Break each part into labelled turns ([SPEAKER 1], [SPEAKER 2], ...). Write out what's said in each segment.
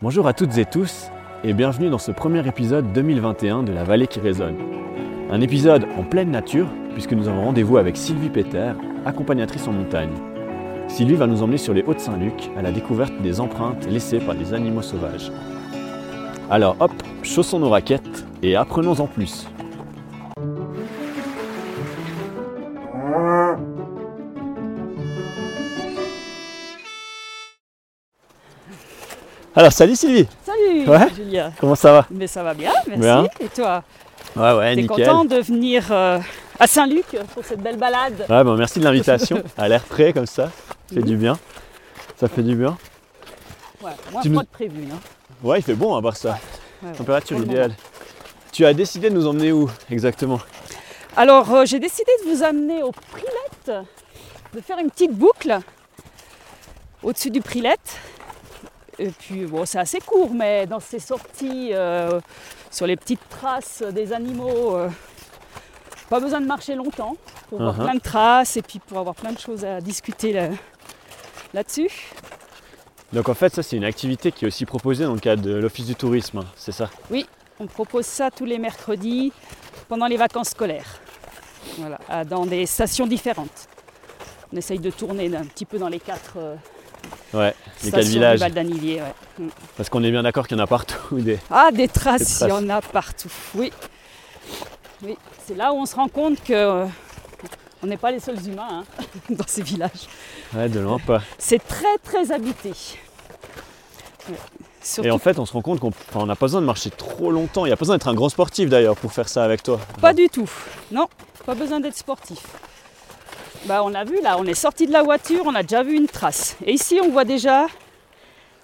[SPEAKER 1] Bonjour à toutes et tous et bienvenue dans ce premier épisode 2021 de La Vallée qui résonne. Un épisode en pleine nature puisque nous avons rendez-vous avec Sylvie Péter, accompagnatrice en montagne. Sylvie va nous emmener sur les Hauts-de-Saint-Luc à la découverte des empreintes laissées par les animaux sauvages. Alors hop, chaussons nos raquettes et apprenons en plus. Alors salut Sylvie,
[SPEAKER 2] Salut
[SPEAKER 1] Ouais.
[SPEAKER 2] Julia.
[SPEAKER 1] comment ça va
[SPEAKER 2] Mais ça va bien, merci.
[SPEAKER 1] Bien.
[SPEAKER 2] Et toi
[SPEAKER 1] Ouais ouais,
[SPEAKER 2] T'es content de venir euh, à Saint-Luc pour cette belle balade
[SPEAKER 1] Ouais, ben, merci de l'invitation. À l'air frais comme ça, ça fait
[SPEAKER 2] Mhm.
[SPEAKER 1] du bien. Ça fait du bien.
[SPEAKER 2] Ouais, moins
[SPEAKER 1] Tu nous-
[SPEAKER 2] froid de prévu. hein.
[SPEAKER 1] Ouais, il fait bon à part ça.
[SPEAKER 2] Ouais, ouais.
[SPEAKER 1] Température
[SPEAKER 2] Pour le
[SPEAKER 1] idéale. Tu as décidé de nous emmener où exactement
[SPEAKER 2] Alors, euh, j'ai décidé de vous amener au Prilette, de faire une petite boucle au-dessus du Prilette. Et puis, bon, c'est assez court, mais dans ces sorties, euh, sur les petites traces des animaux, euh, pas besoin de marcher longtemps pour voir
[SPEAKER 1] Uh-huh.
[SPEAKER 2] plein de traces et puis pour avoir plein de choses à discuter là- là-dessus.
[SPEAKER 1] Donc en fait, ça c'est une activité qui est aussi proposée dans le cadre de l'Office du tourisme, hein, c'est ça
[SPEAKER 2] On propose ça tous les mercredis pendant les vacances scolaires. Voilà, à- dans des stations différentes. On essaye de tourner un petit peu dans les quatre euh,
[SPEAKER 1] Ouais, les
[SPEAKER 2] stations
[SPEAKER 1] quatre
[SPEAKER 2] du
[SPEAKER 1] villages.
[SPEAKER 2] Val d'Anivier. ouais.
[SPEAKER 1] Parce qu'on est bien d'accord qu'il y en a partout des...
[SPEAKER 2] Ah, des traces,
[SPEAKER 1] Des
[SPEAKER 2] il y
[SPEAKER 1] traces.
[SPEAKER 2] en a partout. Oui. oui. C'est là où on se rend compte que euh, on n'est pas les seuls humains hein, dans ces villages.
[SPEAKER 1] Ouais, de loin pas.
[SPEAKER 2] C'est très très habité. Ouais. Surtout
[SPEAKER 1] Et en fait, on se rend compte qu'on enfin, on n'a pas besoin de marcher trop longtemps. Il n'y a pas besoin d'être un grand sportif d'ailleurs pour faire ça avec toi.
[SPEAKER 2] Pas du tout. Non, pas besoin d'être sportif. Bah, on a vu là, on est sorti de la voiture, on a déjà vu une trace. Et ici, on voit déjà.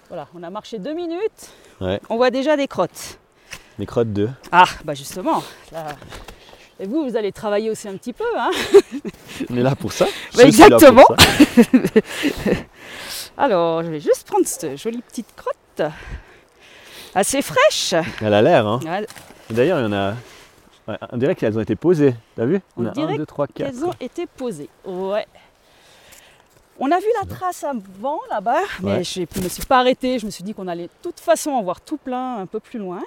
[SPEAKER 2] Voilà, on a marché deux minutes.
[SPEAKER 1] Ouais.
[SPEAKER 2] On voit déjà des crottes.
[SPEAKER 1] Les crottes de...
[SPEAKER 2] Ah, bah justement. là. Et vous, vous allez travailler aussi un petit peu, hein
[SPEAKER 1] On est là pour ça.
[SPEAKER 2] Bah,
[SPEAKER 1] Je suis là pour
[SPEAKER 2] exactement.
[SPEAKER 1] ça.
[SPEAKER 2] Alors, je vais juste prendre cette jolie petite crotte, assez fraîche.
[SPEAKER 1] Elle a l'air, hein.
[SPEAKER 2] Ouais,
[SPEAKER 1] D'ailleurs, il y en a. ouais, on dirait qu'elles ont été posées. T'as vu
[SPEAKER 2] On
[SPEAKER 1] a
[SPEAKER 2] dirait
[SPEAKER 1] 1, 2, 3, 4.
[SPEAKER 2] Elles ont été posées. Ouais. On a vu la trace avant là-bas, mais
[SPEAKER 1] Ouais.
[SPEAKER 2] je ne me suis pas arrêtée. Je me suis dit qu'on allait de toute façon en voir tout plein un peu plus loin.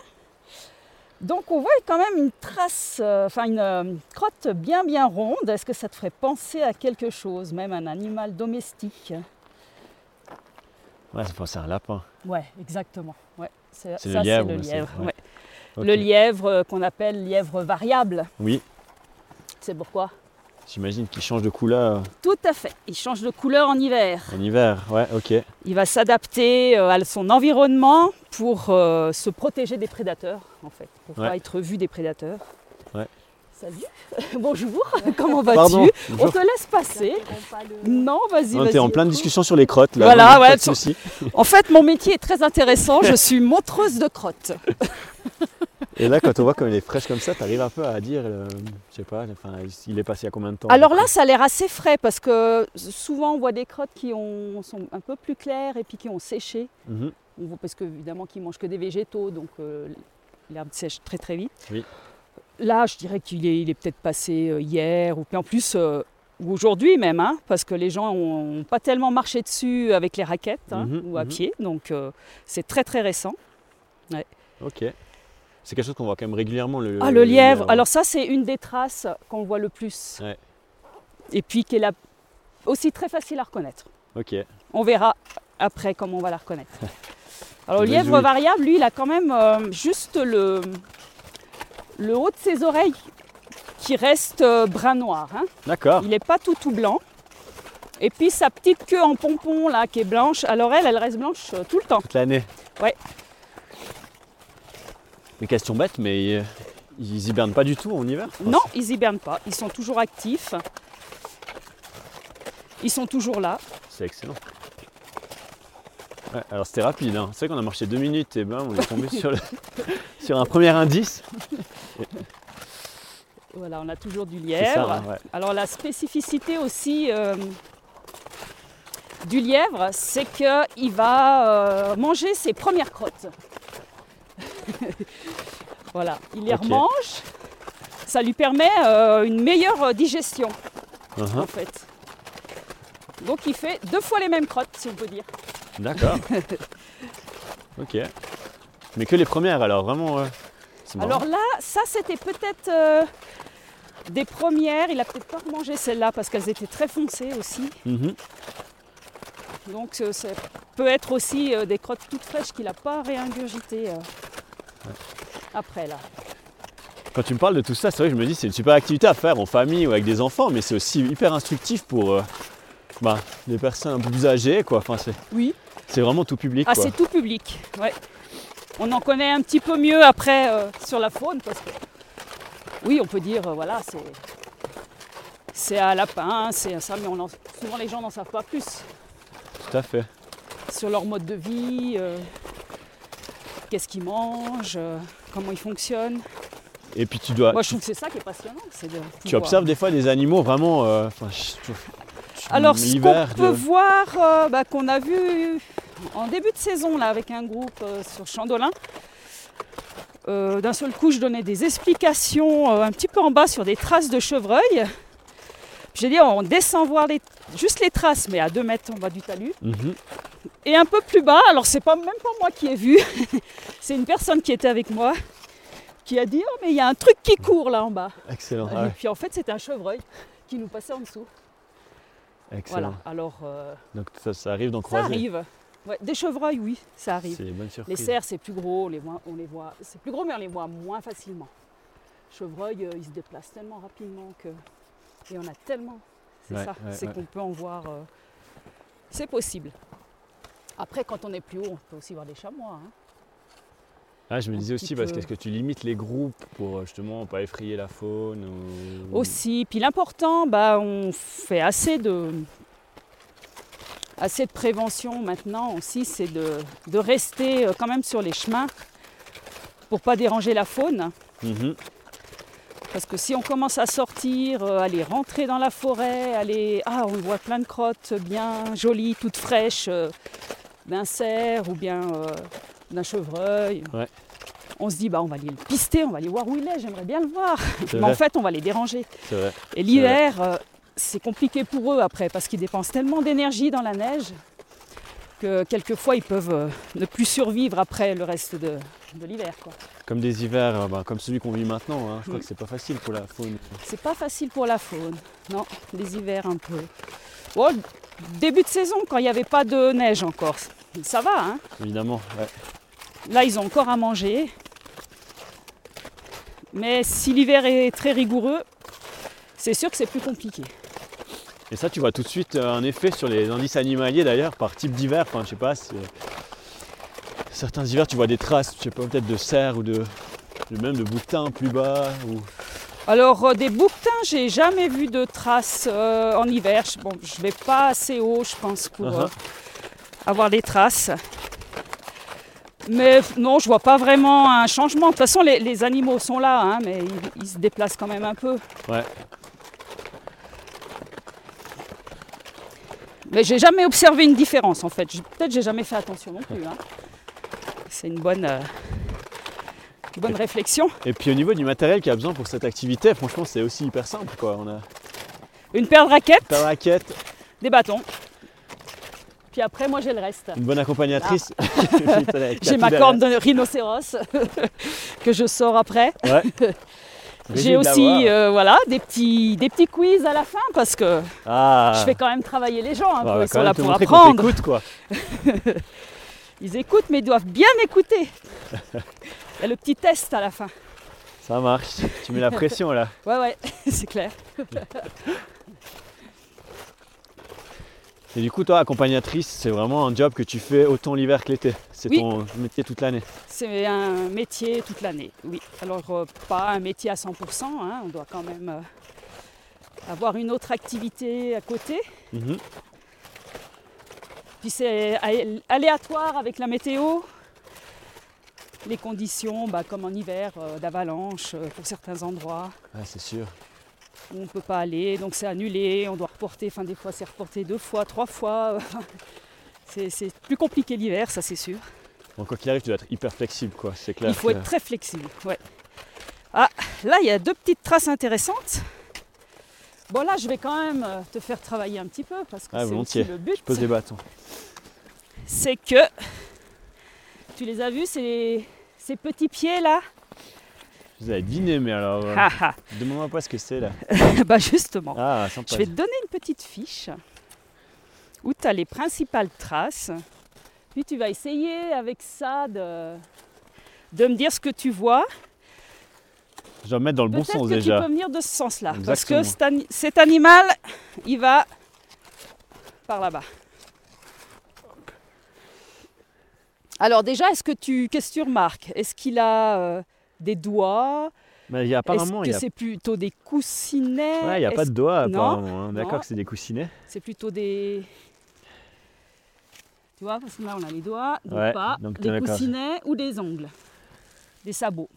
[SPEAKER 2] Donc on voit quand même une trace, euh, enfin une, euh, une crotte bien bien ronde. Est-ce que ça te ferait penser à quelque chose, même un animal domestique
[SPEAKER 1] Ouais, c'est- c'est un lapin.
[SPEAKER 2] Ouais, exactement. Ouais, c'est
[SPEAKER 1] C'est le
[SPEAKER 2] ça, c'est
[SPEAKER 1] lièvre,
[SPEAKER 2] le
[SPEAKER 1] c'est-
[SPEAKER 2] lièvre.
[SPEAKER 1] ouais.
[SPEAKER 2] ouais.
[SPEAKER 1] Ok.
[SPEAKER 2] Le lièvre euh, qu'on appelle lièvre variable.
[SPEAKER 1] Oui,
[SPEAKER 2] C'est pourquoi
[SPEAKER 1] j'imagine qu'il change de couleur
[SPEAKER 2] Tout à fait. Il change de couleur en hiver.
[SPEAKER 1] en hiver. Ouais, ok.
[SPEAKER 2] Il va s'adapter euh, à son environnement pour euh, se protéger des prédateurs, en fait, pour
[SPEAKER 1] Ouais.
[SPEAKER 2] pas être vu des prédateurs.
[SPEAKER 1] Ouais.
[SPEAKER 2] Salut, bonjour, comment vas-tu
[SPEAKER 1] Pardon.
[SPEAKER 2] On
[SPEAKER 1] Bonjour.
[SPEAKER 2] te laisse passer. Non, vas-y,
[SPEAKER 1] On
[SPEAKER 2] vas-y.
[SPEAKER 1] était en pleine discussion sur les crottes là.
[SPEAKER 2] Voilà,
[SPEAKER 1] donc
[SPEAKER 2] ouais,
[SPEAKER 1] Pas de
[SPEAKER 2] sur-
[SPEAKER 1] souci.
[SPEAKER 2] En fait, mon métier est très intéressant. Je suis montreuse de crottes.
[SPEAKER 1] Et là, quand on voit comme elle est fraîche comme ça, t'arrives un peu à dire, euh, je sais pas, enfin, il est passé à combien de temps
[SPEAKER 2] Alors là, ça a l'air assez frais parce que souvent on voit des crottes qui ont- sont un peu plus claires et puis qui ont séché.
[SPEAKER 1] Mhm.
[SPEAKER 2] On voit- parce qu'évidemment qu'ils mangent que des végétaux, donc euh, l'herbe sèche très très vite.
[SPEAKER 1] Oui.
[SPEAKER 2] Là, je dirais qu'il est, il est peut-être passé euh, hier, ou puis en plus, euh, ou aujourd'hui même, hein, parce que les gens n'ont pas tellement marché dessus avec les raquettes hein,
[SPEAKER 1] Mhm,
[SPEAKER 2] ou à
[SPEAKER 1] mhm.
[SPEAKER 2] pied, donc euh, c'est très très récent.
[SPEAKER 1] Ok. C'est quelque chose qu'on voit quand même régulièrement. Le,
[SPEAKER 2] ah, le lièvre, alors ça c'est une des traces qu'on voit le plus,
[SPEAKER 1] Ouais.
[SPEAKER 2] et puis qui est là aussi très facile à reconnaître.
[SPEAKER 1] Ok.
[SPEAKER 2] On verra après comment on va la reconnaître. Alors le
[SPEAKER 1] Mais
[SPEAKER 2] lièvre
[SPEAKER 1] oui.
[SPEAKER 2] variable, lui, il a quand même euh, juste le, le haut de ses oreilles qui reste euh, brun noir. hein.
[SPEAKER 1] D'accord.
[SPEAKER 2] Il n'est pas tout tout blanc. Et puis sa petite queue en pompon là qui est blanche, alors elle, elle reste blanche euh, tout le temps.
[SPEAKER 1] Toute l'année
[SPEAKER 2] Ouais.
[SPEAKER 1] Mais question bête, mais euh, ils hibernent pas du tout en hiver Ah, Enfin,
[SPEAKER 2] Non, ils hibernent pas, ils sont toujours actifs. Ils sont toujours là.
[SPEAKER 1] c'est- C'est excellent. Ouais, alors c'était rapide, hein. c'est vrai qu'on a marché deux minutes et ben on est tombé sur, le- sur un premier indice.
[SPEAKER 2] Voilà, on a toujours du
[SPEAKER 1] C'est
[SPEAKER 2] lièvre.
[SPEAKER 1] ça, hein, ouais.
[SPEAKER 2] Alors la spécificité aussi euh, du lièvre, c'est qu'il va euh, manger ses premières crottes. voilà, il les
[SPEAKER 1] Ok.
[SPEAKER 2] remange. Ça lui permet euh, une meilleure euh, digestion en
[SPEAKER 1] Uh-huh,
[SPEAKER 2] fait. Donc il fait deux fois les mêmes crottes, si on peut dire.
[SPEAKER 1] D'accord. Ok. Mais que les premières alors, vraiment. euh, c'est marrant.
[SPEAKER 2] Alors là, ça c'était peut-être euh, des premières. Il a peut-être pas remangé celles-là parce qu'elles étaient très foncées aussi.
[SPEAKER 1] Mhm.
[SPEAKER 2] Donc euh, ça peut être aussi euh, des crottes toutes fraîches qu'il n'a pas réingurgitées euh, après là.
[SPEAKER 1] Quand tu me parles de tout ça, c'est vrai que je me dis c'est une super activité à faire en famille ou avec des enfants, mais c'est aussi hyper instructif pour euh, bah, les personnes un peu plus âgées, quoi. Enfin, c'est,
[SPEAKER 2] Oui.
[SPEAKER 1] c'est vraiment tout public,
[SPEAKER 2] Ah
[SPEAKER 1] quoi.
[SPEAKER 2] c'est tout public. Ouais. On en connaît un petit peu mieux après euh, sur la faune parce que oui on peut dire euh, voilà c'est c'est un lapin, c'est ça, mais on en- souvent les gens n'en savent pas plus.
[SPEAKER 1] Tout à fait.
[SPEAKER 2] sur leur mode de vie, euh, qu'est-ce qu'ils mangent, euh, comment ils fonctionnent.
[SPEAKER 1] Et puis tu dois.
[SPEAKER 2] Moi,
[SPEAKER 1] Bah, tu,
[SPEAKER 2] je trouve que c'est ça qui est passionnant. c'est de
[SPEAKER 1] tu
[SPEAKER 2] pouvoir-
[SPEAKER 1] observes des fois des animaux vraiment. euh, enfin, je trouve- je-
[SPEAKER 2] Alors, ce qu'on
[SPEAKER 1] l'hiver,
[SPEAKER 2] peut
[SPEAKER 1] de-
[SPEAKER 2] voir, euh, bah, qu'on a vu en début de saison là, avec un groupe euh, sur Chandolin, euh, d'un seul coup, je donnais des explications euh, un petit peu en bas sur des traces de chevreuil. J'ai dit, on descend voir les- juste les traces, mais à 2 mètres en bas du talus.
[SPEAKER 1] Mhm.
[SPEAKER 2] Et un peu plus bas, alors c'est pas même pas moi qui ai vu, c'est une personne qui était avec moi qui a dit oh mais il y a un truc qui court là en bas.
[SPEAKER 1] Excellent. Ah
[SPEAKER 2] Et puis en fait c'était un chevreuil qui nous passait en dessous.
[SPEAKER 1] ouais, excellent.
[SPEAKER 2] Voilà. Alors euh,
[SPEAKER 1] Donc ça, ça arrive d'en
[SPEAKER 2] ça
[SPEAKER 1] croiser.
[SPEAKER 2] arrive. Ouais, des chevreuils oui, ça arrive.
[SPEAKER 1] C'est une bonne
[SPEAKER 2] Les
[SPEAKER 1] surprise.
[SPEAKER 2] cerfs c'est plus gros, on les voit, on les voit, c'est plus gros mais on les voit moins facilement. Chevreuil euh, ils se déplacent tellement rapidement que et on a tellement, c'est
[SPEAKER 1] Ouais,
[SPEAKER 2] ça,
[SPEAKER 1] ouais,
[SPEAKER 2] c'est
[SPEAKER 1] ouais.
[SPEAKER 2] qu'on peut en voir. euh, C'est possible. Après quand on est plus haut on peut aussi voir des chamois. hein.
[SPEAKER 1] Ah, je me
[SPEAKER 2] un
[SPEAKER 1] disais
[SPEAKER 2] petit
[SPEAKER 1] aussi parce
[SPEAKER 2] peu.
[SPEAKER 1] que est-ce que tu limites les groupes pour euh, justement pas effrayer la faune ou...
[SPEAKER 2] aussi. Puis l'important, bah, on fait assez de, assez de prévention maintenant aussi, c'est de, de rester euh, quand même sur les chemins pour pas déranger la faune.
[SPEAKER 1] Mhm.
[SPEAKER 2] Parce que si on commence à sortir, euh, aller rentrer dans la forêt, aller, ah, on voit plein de crottes bien jolies, toutes fraîches, euh, d'un cerf ou bien euh, d'un chevreuil.
[SPEAKER 1] Ouais.
[SPEAKER 2] On se dit, bah, on va aller le pister, on va aller voir où il est, j'aimerais bien le voir.
[SPEAKER 1] C'est
[SPEAKER 2] Mais en
[SPEAKER 1] vrai,
[SPEAKER 2] fait, on va les déranger.
[SPEAKER 1] c'est vrai.
[SPEAKER 2] Et l'hiver, euh, c'est compliqué pour eux après parce qu'ils dépensent tellement d'énergie dans la neige que quelquefois ils peuvent euh, ne plus survivre après le reste de, de l'hiver. quoi.
[SPEAKER 1] Comme des hivers, euh, bah, comme celui qu'on vit maintenant, hein, je crois
[SPEAKER 2] Mm.
[SPEAKER 1] que c'est pas facile pour la faune.
[SPEAKER 2] C'est pas facile pour la faune, non, les hivers un peu. Bon, début de saison quand il n'y avait pas de neige encore, ça va. Hein
[SPEAKER 1] Évidemment, ouais.
[SPEAKER 2] Là, ils ont encore à manger. Mais si l'hiver est très rigoureux, c'est sûr que c'est plus compliqué.
[SPEAKER 1] Et ça, tu vois tout de suite euh, un effet sur les indices animaliers d'ailleurs, par type d'hiver. Enfin, je sais pas, c'est- certains hivers, tu vois des traces, je sais pas, peut-être de cerf ou de, de même de boutin plus bas. Ou...
[SPEAKER 2] Alors euh, des bouquetins, j'ai jamais vu de traces euh, en hiver. Je, bon, je vais pas assez haut, je pense, pour
[SPEAKER 1] Uh-huh.
[SPEAKER 2] euh, avoir des traces. Mais f- non, je vois pas vraiment un changement. De toute façon, les, les animaux sont là, hein, mais ils, ils se déplacent quand même un peu.
[SPEAKER 1] Ouais.
[SPEAKER 2] Mais j'ai jamais observé une différence en fait. J'ai- Peut-être j'ai jamais fait attention non plus. hein. C'est une bonne, euh, une bonne réflexion.
[SPEAKER 1] Et puis au niveau du matériel qu'il y a besoin pour cette activité, franchement, c'est aussi hyper simple quoi. On a
[SPEAKER 2] Une paire de raquettes.
[SPEAKER 1] ta raquette,
[SPEAKER 2] des bâtons. Puis après, moi, j'ai le reste.
[SPEAKER 1] une bonne accompagnatrice.
[SPEAKER 2] Ah. J'ai ma corne de rhinocéros que je sors après.
[SPEAKER 1] Ouais.
[SPEAKER 2] J'ai
[SPEAKER 1] Régime de
[SPEAKER 2] aussi
[SPEAKER 1] l'avoir.
[SPEAKER 2] euh, voilà, des, petits, des petits quiz à la fin parce que
[SPEAKER 1] Ah.
[SPEAKER 2] je fais quand même travailler les gens. un
[SPEAKER 1] Bah, on va
[SPEAKER 2] peu. Ils
[SPEAKER 1] quand
[SPEAKER 2] sont
[SPEAKER 1] même
[SPEAKER 2] là
[SPEAKER 1] te
[SPEAKER 2] pour
[SPEAKER 1] montrer qu'on
[SPEAKER 2] apprendre.
[SPEAKER 1] t'écoute, quoi.
[SPEAKER 2] Ils écoutent, mais ils doivent bien écouter. Il y a le petit test à la fin.
[SPEAKER 1] Ça marche. Tu mets la pression là.
[SPEAKER 2] Ouais, ouais, c'est clair.
[SPEAKER 1] Et du coup, toi, accompagnatrice, c'est vraiment un job que tu fais autant l'hiver que l'été. C'est
[SPEAKER 2] Oui.
[SPEAKER 1] ton métier toute l'année.
[SPEAKER 2] C'est un métier toute l'année, oui. Alors, euh, pas un métier à 100%, hein, on doit quand même euh, avoir une autre activité à côté.
[SPEAKER 1] Mhm.
[SPEAKER 2] Puis c'est alé- aléatoire avec la météo, les conditions, bah, comme en hiver, euh, d'avalanche euh, pour certains endroits
[SPEAKER 1] Ah, c'est sûr.
[SPEAKER 2] où on ne peut pas aller, donc c'est annulé, on doit reporter, enfin des fois c'est reporté deux fois, trois fois. c'est c'est plus compliqué l'hiver, ça c'est sûr.
[SPEAKER 1] Donc, quoi qu'il arrive, tu dois être hyper flexible, quoi. C'est clair.
[SPEAKER 2] Il faut
[SPEAKER 1] que-
[SPEAKER 2] être très flexible. ouais. Ah, là il y a deux petites traces intéressantes. Bon là je vais quand même euh, te faire travailler un petit peu parce que
[SPEAKER 1] Ah,
[SPEAKER 2] c'est
[SPEAKER 1] volontiers.
[SPEAKER 2] aussi le but.
[SPEAKER 1] Pose des bâtons.
[SPEAKER 2] c'est que Tu les as vus, ces, ces petits pieds là
[SPEAKER 1] Je vous avais dîné, mais alors. euh,
[SPEAKER 2] Ah, ah.
[SPEAKER 1] Demande-moi pas ce que c'est là.
[SPEAKER 2] Bah justement,
[SPEAKER 1] Ah,
[SPEAKER 2] je
[SPEAKER 1] sympa.
[SPEAKER 2] vais te donner une petite fiche où tu as les principales traces. Puis tu vas essayer avec ça de, de me dire ce que tu vois.
[SPEAKER 1] Je vais mettre dans le bon
[SPEAKER 2] Peut-être
[SPEAKER 1] sens
[SPEAKER 2] que
[SPEAKER 1] déjà.
[SPEAKER 2] tu peux venir de ce sens-là. Parce
[SPEAKER 1] Exactement.
[SPEAKER 2] que cet, ani- cet animal, il va par là-bas. Alors déjà, est-ce que tu, qu'est-ce que tu remarques Est-ce qu'il a euh, des doigts
[SPEAKER 1] Mais il y a apparemment, il
[SPEAKER 2] Est-ce
[SPEAKER 1] n'y
[SPEAKER 2] que
[SPEAKER 1] a,
[SPEAKER 2] c'est plutôt des coussinets
[SPEAKER 1] ouais, il y a pas
[SPEAKER 2] Est-ce-
[SPEAKER 1] de doigts
[SPEAKER 2] Non,
[SPEAKER 1] apparemment. hein.
[SPEAKER 2] non.
[SPEAKER 1] D'accord que c'est des coussinets.
[SPEAKER 2] C'est plutôt des... Tu vois, parce que là, on a les doigts, donc
[SPEAKER 1] Ouais,
[SPEAKER 2] pas,
[SPEAKER 1] donc t'es
[SPEAKER 2] des
[SPEAKER 1] d'accord.
[SPEAKER 2] coussinets ou des ongles. Des sabots,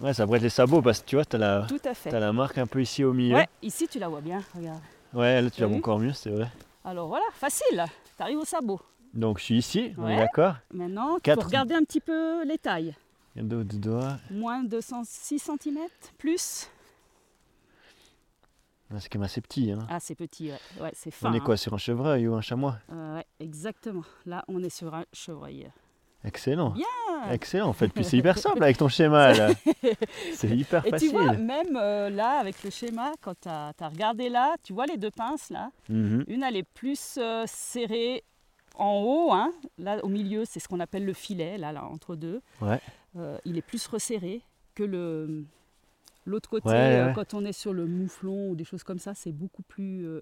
[SPEAKER 1] Ouais, ça pourrait être les sabots parce que tu vois, t'as la,
[SPEAKER 2] tout à fait.
[SPEAKER 1] t'as la marque un peu ici au milieu.
[SPEAKER 2] Ouais, Mhm. ici, tu la vois bien, regarde.
[SPEAKER 1] Ouais, là tu
[SPEAKER 2] T'as
[SPEAKER 1] la vois
[SPEAKER 2] vu
[SPEAKER 1] encore mieux, c'est vrai.
[SPEAKER 2] Alors voilà, facile, t'arrives au sabot.
[SPEAKER 1] Donc je suis ici, on est
[SPEAKER 2] Ouais.
[SPEAKER 1] d'accord.
[SPEAKER 2] Maintenant, tu
[SPEAKER 1] Quatre.
[SPEAKER 2] peux regarder un petit peu les tailles.
[SPEAKER 1] Il y a deux, deux doigts.
[SPEAKER 2] Moins de 106 cm, plus.
[SPEAKER 1] Là, c'est quand même assez petit. Hein.
[SPEAKER 2] Ah, c'est petit, ouais, Ouais, c'est fin.
[SPEAKER 1] on est
[SPEAKER 2] hein.
[SPEAKER 1] quoi sur un chevreuil ou un chamois
[SPEAKER 2] Euh, ouais, Exactement. Là, on est sur un chevreuil.
[SPEAKER 1] Excellent.
[SPEAKER 2] Bien.
[SPEAKER 1] Excellent, en fait. Puis c'est hyper simple avec ton schéma là. c'est hyper
[SPEAKER 2] Et tu
[SPEAKER 1] facile.
[SPEAKER 2] vois, même euh, là, avec le schéma, quand tu as, regardé là, tu vois les deux pinces là.
[SPEAKER 1] Mhm.
[SPEAKER 2] Une, elle est plus euh, serrée en haut. hein. Là, au milieu, c'est ce qu'on appelle le filet, là, là, entre deux.
[SPEAKER 1] Ouais.
[SPEAKER 2] Euh, il est plus resserré que le. L'autre côté,
[SPEAKER 1] Ouais,
[SPEAKER 2] euh,
[SPEAKER 1] ouais.
[SPEAKER 2] quand on est sur le mouflon ou des choses comme ça, c'est beaucoup plus euh,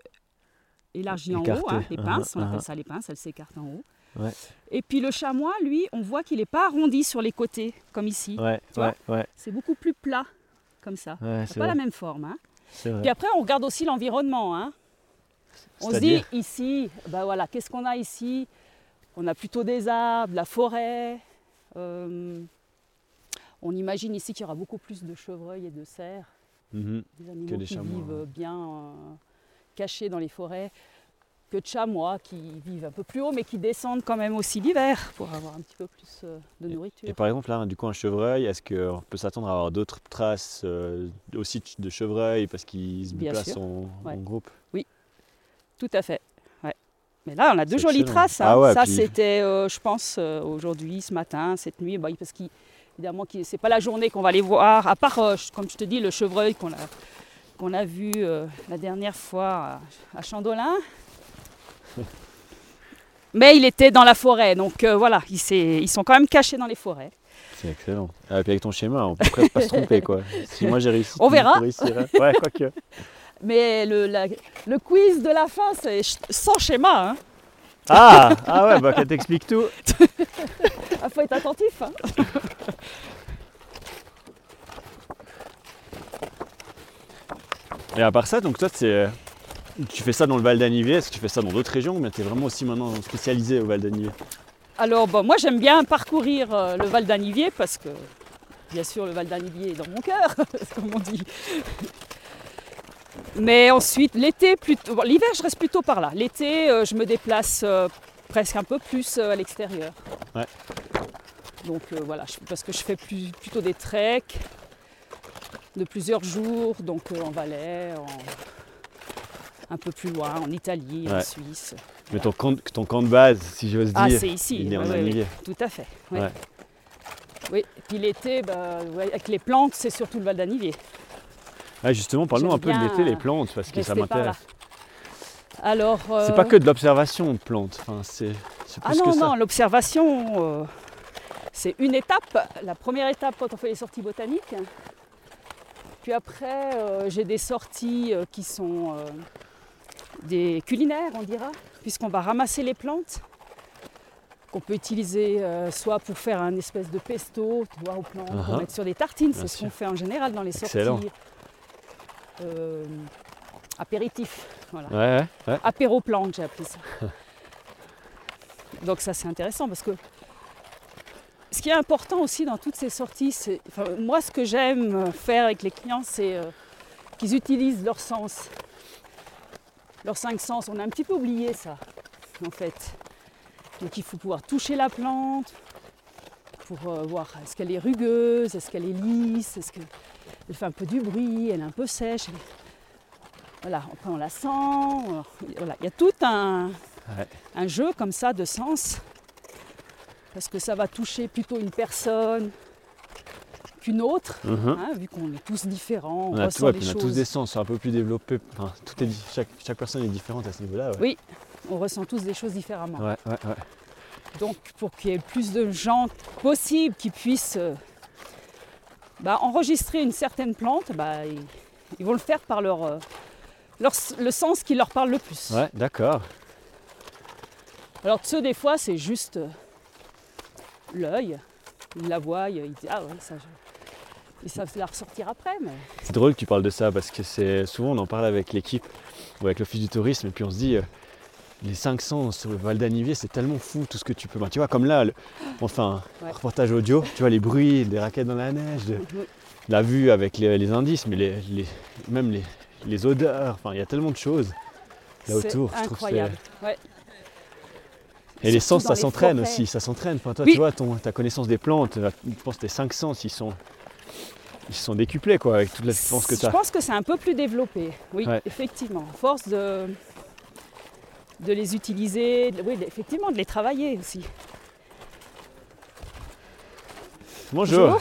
[SPEAKER 2] élargi en haut.
[SPEAKER 1] Écarté.
[SPEAKER 2] hein. Les
[SPEAKER 1] Ah,
[SPEAKER 2] pinces, on
[SPEAKER 1] ah,
[SPEAKER 2] appelle
[SPEAKER 1] ah.
[SPEAKER 2] ça les pinces, elles s'écartent en haut.
[SPEAKER 1] Ouais.
[SPEAKER 2] Et puis le chamois, lui, on voit qu'il n'est pas arrondi sur les côtés, comme ici.
[SPEAKER 1] Ouais,
[SPEAKER 2] Tu vois
[SPEAKER 1] ouais, ouais,
[SPEAKER 2] C'est beaucoup plus plat, comme ça.
[SPEAKER 1] ouais,
[SPEAKER 2] C'est
[SPEAKER 1] c'est
[SPEAKER 2] pas
[SPEAKER 1] vrai.
[SPEAKER 2] la même forme. hein.
[SPEAKER 1] c'est vrai.
[SPEAKER 2] Puis après, on regarde aussi l'environnement. hein. On se dit
[SPEAKER 1] C'est-à-dire
[SPEAKER 2] ici, ben voilà, qu'est-ce qu'on a ici On a plutôt des arbres, la forêt. euh, on imagine ici qu'il y aura beaucoup plus de chevreuils et de cerfs,
[SPEAKER 1] Mhm.
[SPEAKER 2] des animaux
[SPEAKER 1] Que des
[SPEAKER 2] qui
[SPEAKER 1] chamois,
[SPEAKER 2] vivent
[SPEAKER 1] ouais.
[SPEAKER 2] euh, bien euh, cachés dans les forêts, que de chamois qui vivent un peu plus haut, mais qui descendent quand même aussi l'hiver pour avoir un petit peu plus euh, de nourriture.
[SPEAKER 1] Et par exemple, là, du coup, un chevreuil, est-ce qu'on peut s'attendre à avoir d'autres traces euh, aussi de- de chevreuil parce qu'ils se
[SPEAKER 2] Bien
[SPEAKER 1] déplacent
[SPEAKER 2] sûr.
[SPEAKER 1] en, en
[SPEAKER 2] Ouais.
[SPEAKER 1] groupe
[SPEAKER 2] Tout à fait. Ouais. Mais là, on a
[SPEAKER 1] C'est
[SPEAKER 2] deux jolies
[SPEAKER 1] excellent.
[SPEAKER 2] traces. hein.
[SPEAKER 1] Ah ouais,
[SPEAKER 2] ça,
[SPEAKER 1] puis-
[SPEAKER 2] c'était, euh, je pense, euh, aujourd'hui, ce matin, cette nuit, bah, parce qu'évidemment, c'est pas la journée qu'on va les voir, à part, euh, je- comme je te dis, le chevreuil qu'on a, qu'on a vu euh, la dernière fois à, à Chandolin. Mais il était dans la forêt, donc euh, voilà, il s'est- ils sont quand même cachés dans les forêts.
[SPEAKER 1] C'est excellent. Ah, et puis avec ton schéma, on peut presque pas se tromper quoi. Si moi j'ai réussi,
[SPEAKER 2] On
[SPEAKER 1] tout le monde
[SPEAKER 2] verra.
[SPEAKER 1] peut réussir, hein. Ouais, quoique.
[SPEAKER 2] Mais le, la- le quiz de la fin, c'est ch- sans schéma, hein.
[SPEAKER 1] Ah, ah ouais, bah qu'elle t'explique tout.
[SPEAKER 2] Ah, faut être attentif. hein.
[SPEAKER 1] Et à part ça, donc toi, c'est- tu fais ça dans le Val d'Anivier, est-ce que tu fais ça dans d'autres régions, mais tu es vraiment aussi maintenant spécialisé au Val d'Anivier
[SPEAKER 2] Alors, bon, moi, j'aime bien parcourir euh, le Val d'Anivier parce que, bien sûr, le Val d'Anivier est dans mon cœur, comme on dit. Mais ensuite, l'été, plutôt, bon, l'hiver, je reste plutôt par là. L'été, euh, je me déplace euh, presque un peu plus euh, à l'extérieur.
[SPEAKER 1] Ouais.
[SPEAKER 2] Donc euh, voilà, je- parce que je fais plus- plutôt des treks de plusieurs jours, donc euh, en Valais, en- un peu plus loin, en Italie, en
[SPEAKER 1] Ouais.
[SPEAKER 2] Suisse.
[SPEAKER 1] Mais ton camp, ton camp de base, si j'ose
[SPEAKER 2] Ah,
[SPEAKER 1] dire,
[SPEAKER 2] c'est ici.
[SPEAKER 1] il est en
[SPEAKER 2] ouais, ouais, ouais.
[SPEAKER 1] Anivier.
[SPEAKER 2] Tout à fait. ouais.
[SPEAKER 1] Ouais.
[SPEAKER 2] Oui, et puis l'été, bah, ouais, avec les plantes, c'est surtout le Val d'Anivier.
[SPEAKER 1] Ah, justement, parlons
[SPEAKER 2] J'aime
[SPEAKER 1] un peu de
[SPEAKER 2] bien,
[SPEAKER 1] l'été, les
[SPEAKER 2] euh,
[SPEAKER 1] plantes, parce que ça
[SPEAKER 2] Restez par là.
[SPEAKER 1] m'intéresse.
[SPEAKER 2] Alors.
[SPEAKER 1] C'est
[SPEAKER 2] euh,
[SPEAKER 1] pas que de l'observation de plantes, enfin, c'est c'est
[SPEAKER 2] Ah
[SPEAKER 1] plus que
[SPEAKER 2] non,
[SPEAKER 1] ça.
[SPEAKER 2] non, l'observation, euh, c'est une étape. La première étape quand on fait les sorties botaniques. Puis après, euh, j'ai des sorties euh, qui sont euh, des culinaires, on dira, puisqu'on va ramasser les plantes qu'on peut utiliser euh, soit pour faire un espèce de pesto, tu vois, aux plantes, pour
[SPEAKER 1] Uh-huh.
[SPEAKER 2] mettre sur des tartines.
[SPEAKER 1] Bien
[SPEAKER 2] C'est ce
[SPEAKER 1] sûr.
[SPEAKER 2] qu'on fait en général dans les
[SPEAKER 1] Excellent.
[SPEAKER 2] sorties euh, apéritifs. Voilà.
[SPEAKER 1] Ouais, ouais, ouais.
[SPEAKER 2] Apéro plante, j'ai appelé ça. Donc ça c'est intéressant parce que ce qui est important aussi dans toutes ces sorties, c'est, enfin, moi ce que j'aime faire avec les clients, c'est euh, qu'ils utilisent leurs sens, leurs cinq sens. On a un petit peu oublié ça, en fait. Donc il faut pouvoir toucher la plante pour euh, voir est-ce qu'elle est rugueuse, est-ce qu'elle est lisse, est-ce qu'elle fait un peu du bruit, elle est un peu sèche. elle est- Voilà, après on la sent. on- Voilà. Il y a tout un,
[SPEAKER 1] Ouais.
[SPEAKER 2] un jeu comme ça de sens parce que ça va toucher plutôt une personne qu'une autre,
[SPEAKER 1] Mhm.
[SPEAKER 2] hein, vu qu'on est tous différents, on,
[SPEAKER 1] On a, tout-
[SPEAKER 2] ressent
[SPEAKER 1] ouais,
[SPEAKER 2] les
[SPEAKER 1] puis on a tous
[SPEAKER 2] choses.
[SPEAKER 1] des sens, c'est un peu plus développé. Enfin, tout est di- chaque, chaque personne est différente à ce niveau-là. Ouais.
[SPEAKER 2] Oui. On ressent tous des choses différemment.
[SPEAKER 1] Ouais, ouais, ouais.
[SPEAKER 2] Donc pour qu'il y ait plus de gens possible qui puissent euh, bah, enregistrer une certaine plante, bah, ils, ils vont le faire par leur, euh, leur s- le sens qui leur parle le plus.
[SPEAKER 1] Ouais, d'accord.
[SPEAKER 2] Alors que ceux des fois c'est juste euh, l'œil, ils la voient, ils disent ah ouais ça je... ils savent la ressortir après mais
[SPEAKER 1] C'est drôle que tu parles de ça parce que c'est souvent on en parle avec l'équipe ou avec l'office du tourisme et puis on se dit euh, les 500 sur le Val d'Anivier c'est tellement fou tout ce que tu peux. Ben, tu vois comme là, le- enfin
[SPEAKER 2] Ouais.
[SPEAKER 1] reportage audio, tu vois les bruits des raquettes dans la neige, de- la vue avec les, les indices, mais les, les- même les, les odeurs. Enfin il y a tellement de choses là
[SPEAKER 2] c'est
[SPEAKER 1] autour. je trouve que c'est-
[SPEAKER 2] incroyable. Ouais.
[SPEAKER 1] Et les
[SPEAKER 2] Surtout
[SPEAKER 1] sens,
[SPEAKER 2] dans
[SPEAKER 1] ça
[SPEAKER 2] les
[SPEAKER 1] s'entraîne
[SPEAKER 2] forêts.
[SPEAKER 1] aussi, ça s'entraîne. Enfin, toi,
[SPEAKER 2] Oui.
[SPEAKER 1] tu vois, ton- ta connaissance des plantes, là, je pense que tes cinq sens, ils sont, ils sont décuplés, quoi, avec toute la défense que tu
[SPEAKER 2] Je
[SPEAKER 1] as.
[SPEAKER 2] pense que c'est un peu plus développé, oui,
[SPEAKER 1] Ouais.
[SPEAKER 2] effectivement. Force de, de les utiliser, de- oui, de- effectivement, de les travailler aussi.
[SPEAKER 1] Bonjour.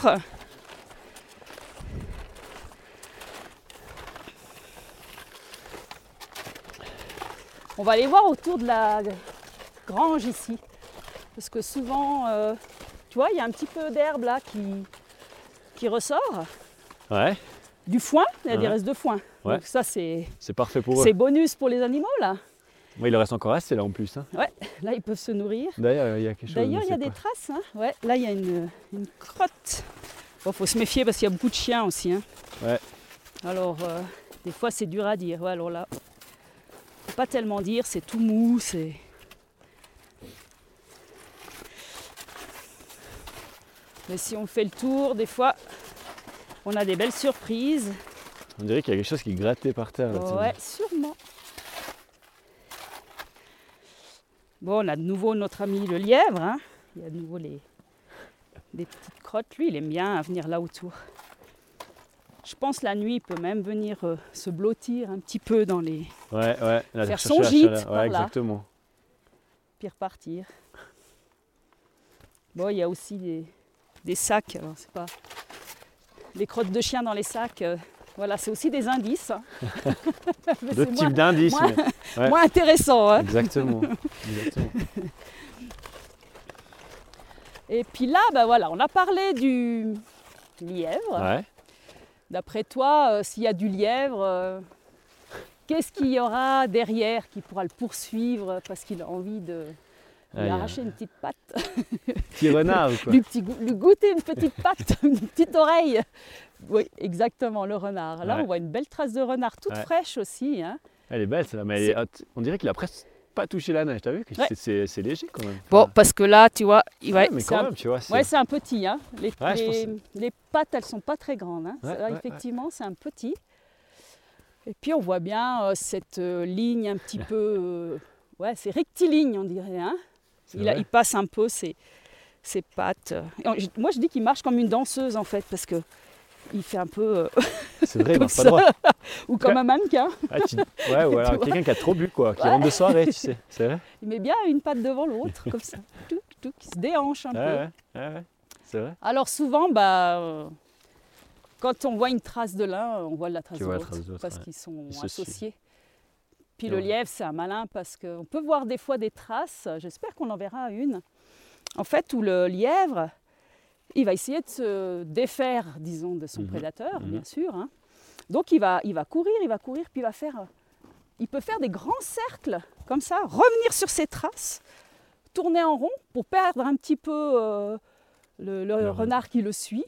[SPEAKER 2] On va aller voir autour de la grange ici. Parce que souvent, euh, tu vois, il y a un petit peu d'herbe là qui, qui ressort.
[SPEAKER 1] Ouais,
[SPEAKER 2] Du foin, il y a des
[SPEAKER 1] Ouais.
[SPEAKER 2] restes de foin.
[SPEAKER 1] Ouais.
[SPEAKER 2] Donc ça, c'est
[SPEAKER 1] c'est parfait pour eux.
[SPEAKER 2] c'est bonus pour les animaux là.
[SPEAKER 1] Ouais, il leur reste encore assez, là, en plus. hein.
[SPEAKER 2] Là, ils peuvent se nourrir.
[SPEAKER 1] D'ailleurs, il y a quelque chose.
[SPEAKER 2] D'ailleurs,
[SPEAKER 1] je
[SPEAKER 2] il y a
[SPEAKER 1] sais
[SPEAKER 2] des
[SPEAKER 1] pas.
[SPEAKER 2] traces. hein. Ouais, là, il y a une, une crotte. Bon, faut se méfier parce qu'il y a beaucoup de chiens aussi. hein.
[SPEAKER 1] Ouais.
[SPEAKER 2] Alors, euh, des fois, c'est dur à dire. Ouais, alors là, faut pas tellement dire, c'est tout mou, c'est. Mais si on fait le tour, des fois, on a des belles surprises.
[SPEAKER 1] On dirait qu'il y a quelque chose qui grattait par terre. là, tu sais.
[SPEAKER 2] Ouais, sûrement. Bon, on a de nouveau notre ami le lièvre. hein. Il y a de nouveau les... des petites crottes. Lui, il aime bien à venir là autour. Je pense la nuit, il peut même venir euh, se blottir un petit peu dans les.
[SPEAKER 1] Ouais, ouais. Là,
[SPEAKER 2] Faire
[SPEAKER 1] chercher
[SPEAKER 2] son
[SPEAKER 1] la
[SPEAKER 2] gîte,
[SPEAKER 1] chaleur.
[SPEAKER 2] par
[SPEAKER 1] Ouais,
[SPEAKER 2] là.
[SPEAKER 1] exactement.
[SPEAKER 2] puis repartir. Bon, il y a aussi des, des sacs. Alors, c'est pas. Les crottes de chien dans les sacs. euh, Voilà, c'est aussi des indices. hein.
[SPEAKER 1] D'autres
[SPEAKER 2] Mais c'est
[SPEAKER 1] types
[SPEAKER 2] moins,
[SPEAKER 1] d'indices.
[SPEAKER 2] moins-
[SPEAKER 1] mais- ouais.
[SPEAKER 2] moins intéressant. hein.
[SPEAKER 1] Exactement. exactement.
[SPEAKER 2] Et puis là, ben voilà, on a parlé du lièvre.
[SPEAKER 1] Ouais.
[SPEAKER 2] D'après toi, euh, s'il y a du lièvre, euh, qu'est-ce qu'il y aura derrière qui pourra le poursuivre parce qu'il a envie de lui
[SPEAKER 1] Ouais, il y a un
[SPEAKER 2] arracher une petite patte,
[SPEAKER 1] Petit euh, renard, ou quoi.
[SPEAKER 2] lui, petit go- lui goûter une petite patte, une petite oreille Oui, exactement, le renard. Là,
[SPEAKER 1] Ouais.
[SPEAKER 2] on voit une belle trace de renard, toute
[SPEAKER 1] Ouais.
[SPEAKER 2] fraîche aussi. hein.
[SPEAKER 1] Elle est belle, celle-là, mais elle est haute. on dirait qu'il a presque pas touché la neige. T'as vu que
[SPEAKER 2] Ouais.
[SPEAKER 1] c'est- c'est c'est léger quand même.
[SPEAKER 2] Bon,
[SPEAKER 1] Enfin,
[SPEAKER 2] parce que là, tu vois, il va-
[SPEAKER 1] ouais, Ah, mais
[SPEAKER 2] c'est
[SPEAKER 1] quand
[SPEAKER 2] un-
[SPEAKER 1] même, tu vois. c'est-
[SPEAKER 2] Ouais, c'est un petit. Hein. Les,
[SPEAKER 1] Ouais, je
[SPEAKER 2] les- les pattes, elles sont pas très grandes. hein.
[SPEAKER 1] Ouais,
[SPEAKER 2] Ça,
[SPEAKER 1] ouais,
[SPEAKER 2] effectivement, c'est un petit. Et puis on voit bien euh, cette euh, ligne un petit peu. euh, ouais, c'est rectiligne, on dirait. hein.
[SPEAKER 1] c'est
[SPEAKER 2] Il, a-
[SPEAKER 1] vrai.
[SPEAKER 2] il passe un peu ses, ses pattes. euh. Et on- je- moi, je dis qu'il marche comme une danseuse, en fait, parce que. Il fait un peu euh,
[SPEAKER 1] C'est vrai, il
[SPEAKER 2] comme
[SPEAKER 1] marche pas
[SPEAKER 2] ça,
[SPEAKER 1] droit.
[SPEAKER 2] ou comme un mannequin.
[SPEAKER 1] Ah, tu- Ouais, ou alors
[SPEAKER 2] vois
[SPEAKER 1] quelqu'un qui a trop bu, quoi, qui
[SPEAKER 2] Ouais.
[SPEAKER 1] rentre de soirée, tu sais. C'est vrai
[SPEAKER 2] Il met bien une patte devant l'autre, comme ça, touc, touc, il se déhanche un
[SPEAKER 1] Ouais,
[SPEAKER 2] peu.
[SPEAKER 1] ouais, ouais, ouais. C'est vrai.
[SPEAKER 2] Alors souvent, bah, euh, quand on voit une trace de l'un, on voit la trace
[SPEAKER 1] Tu
[SPEAKER 2] de
[SPEAKER 1] vois la
[SPEAKER 2] l'autre
[SPEAKER 1] trace de l'autre,
[SPEAKER 2] parce
[SPEAKER 1] ouais.
[SPEAKER 2] qu'ils sont
[SPEAKER 1] Ils se suivent.
[SPEAKER 2] associés. Puis
[SPEAKER 1] Et
[SPEAKER 2] le
[SPEAKER 1] ouais.
[SPEAKER 2] lièvre, c'est un malin parce qu'on peut voir des fois des traces. J'espère qu'on en verra une. En fait, où le lièvre, il va essayer de se défaire, disons, de son
[SPEAKER 1] Mhm,
[SPEAKER 2] prédateur,
[SPEAKER 1] mhm.
[SPEAKER 2] bien sûr. hein. Donc il va, il va courir, il va courir, puis il va faire. euh, Il peut faire des grands cercles comme ça, revenir sur ses traces, tourner en rond pour perdre un petit peu euh, le, le
[SPEAKER 1] Le
[SPEAKER 2] renard qui le suit.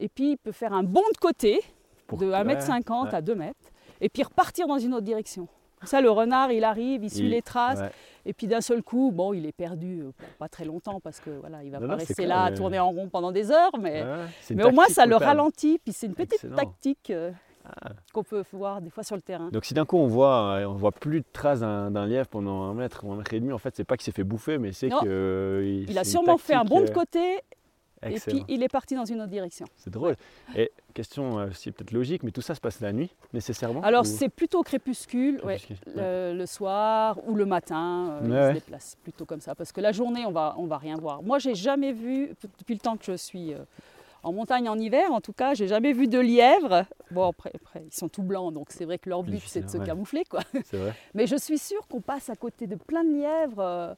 [SPEAKER 2] Et puis il peut faire un bond de côté
[SPEAKER 1] Pour-
[SPEAKER 2] de
[SPEAKER 1] ouais,
[SPEAKER 2] 1m50
[SPEAKER 1] ouais.
[SPEAKER 2] à 2 m et puis repartir dans une autre direction. Comme Ça, le renard, il arrive, il suit
[SPEAKER 1] Il-
[SPEAKER 2] les traces,
[SPEAKER 1] ouais.
[SPEAKER 2] et puis d'un seul coup, bon, il est perdu, euh, pour pas très longtemps, parce que voilà, il va
[SPEAKER 1] Non,
[SPEAKER 2] pas
[SPEAKER 1] non, c'est
[SPEAKER 2] rester
[SPEAKER 1] clair,
[SPEAKER 2] là à
[SPEAKER 1] mais-
[SPEAKER 2] tourner en rond pendant des heures, mais,
[SPEAKER 1] Ouais, ouais. C'est une
[SPEAKER 2] mais au moins
[SPEAKER 1] tactique
[SPEAKER 2] ça
[SPEAKER 1] pour
[SPEAKER 2] le
[SPEAKER 1] perdre.
[SPEAKER 2] ralentit, puis c'est une petite
[SPEAKER 1] Excellent.
[SPEAKER 2] tactique euh,
[SPEAKER 1] Ah.
[SPEAKER 2] qu'on peut voir des fois sur le terrain.
[SPEAKER 1] Donc si d'un coup on voit, euh, on voit plus de traces d'un d'un lièvre pendant un mètre ou un mètre et demi, en fait c'est pas qu'il s'est fait bouffer, mais c'est
[SPEAKER 2] Non.
[SPEAKER 1] que euh,
[SPEAKER 2] Il a
[SPEAKER 1] c'est une
[SPEAKER 2] sûrement fait un
[SPEAKER 1] tactique,
[SPEAKER 2] bond de
[SPEAKER 1] euh,
[SPEAKER 2] côté, Et
[SPEAKER 1] Excellent.
[SPEAKER 2] puis il est parti dans une autre direction.
[SPEAKER 1] C'est drôle. Et question euh, aussi peut-être logique, mais tout ça se passe la nuit, nécessairement
[SPEAKER 2] Alors
[SPEAKER 1] ou-
[SPEAKER 2] c'est plutôt au crépuscule, ouais.
[SPEAKER 1] Crépuscule, ouais.
[SPEAKER 2] le, le soir ou le matin, euh,
[SPEAKER 1] Ouais,
[SPEAKER 2] on
[SPEAKER 1] ouais.
[SPEAKER 2] se déplace plutôt comme ça. Parce que la journée, on va, on va rien voir. Moi, j'ai jamais vu, p- depuis le temps que je suis euh, en montagne en hiver, en tout cas, j'ai jamais vu de lièvre. Bon, après, après, ils sont tout blancs, donc c'est vrai que leur
[SPEAKER 1] Plus
[SPEAKER 2] but, c'est de se
[SPEAKER 1] difficile, ouais.
[SPEAKER 2] camoufler, quoi.
[SPEAKER 1] C'est vrai.
[SPEAKER 2] Mais je suis sûre qu'on passe à côté de plein de lièvres euh,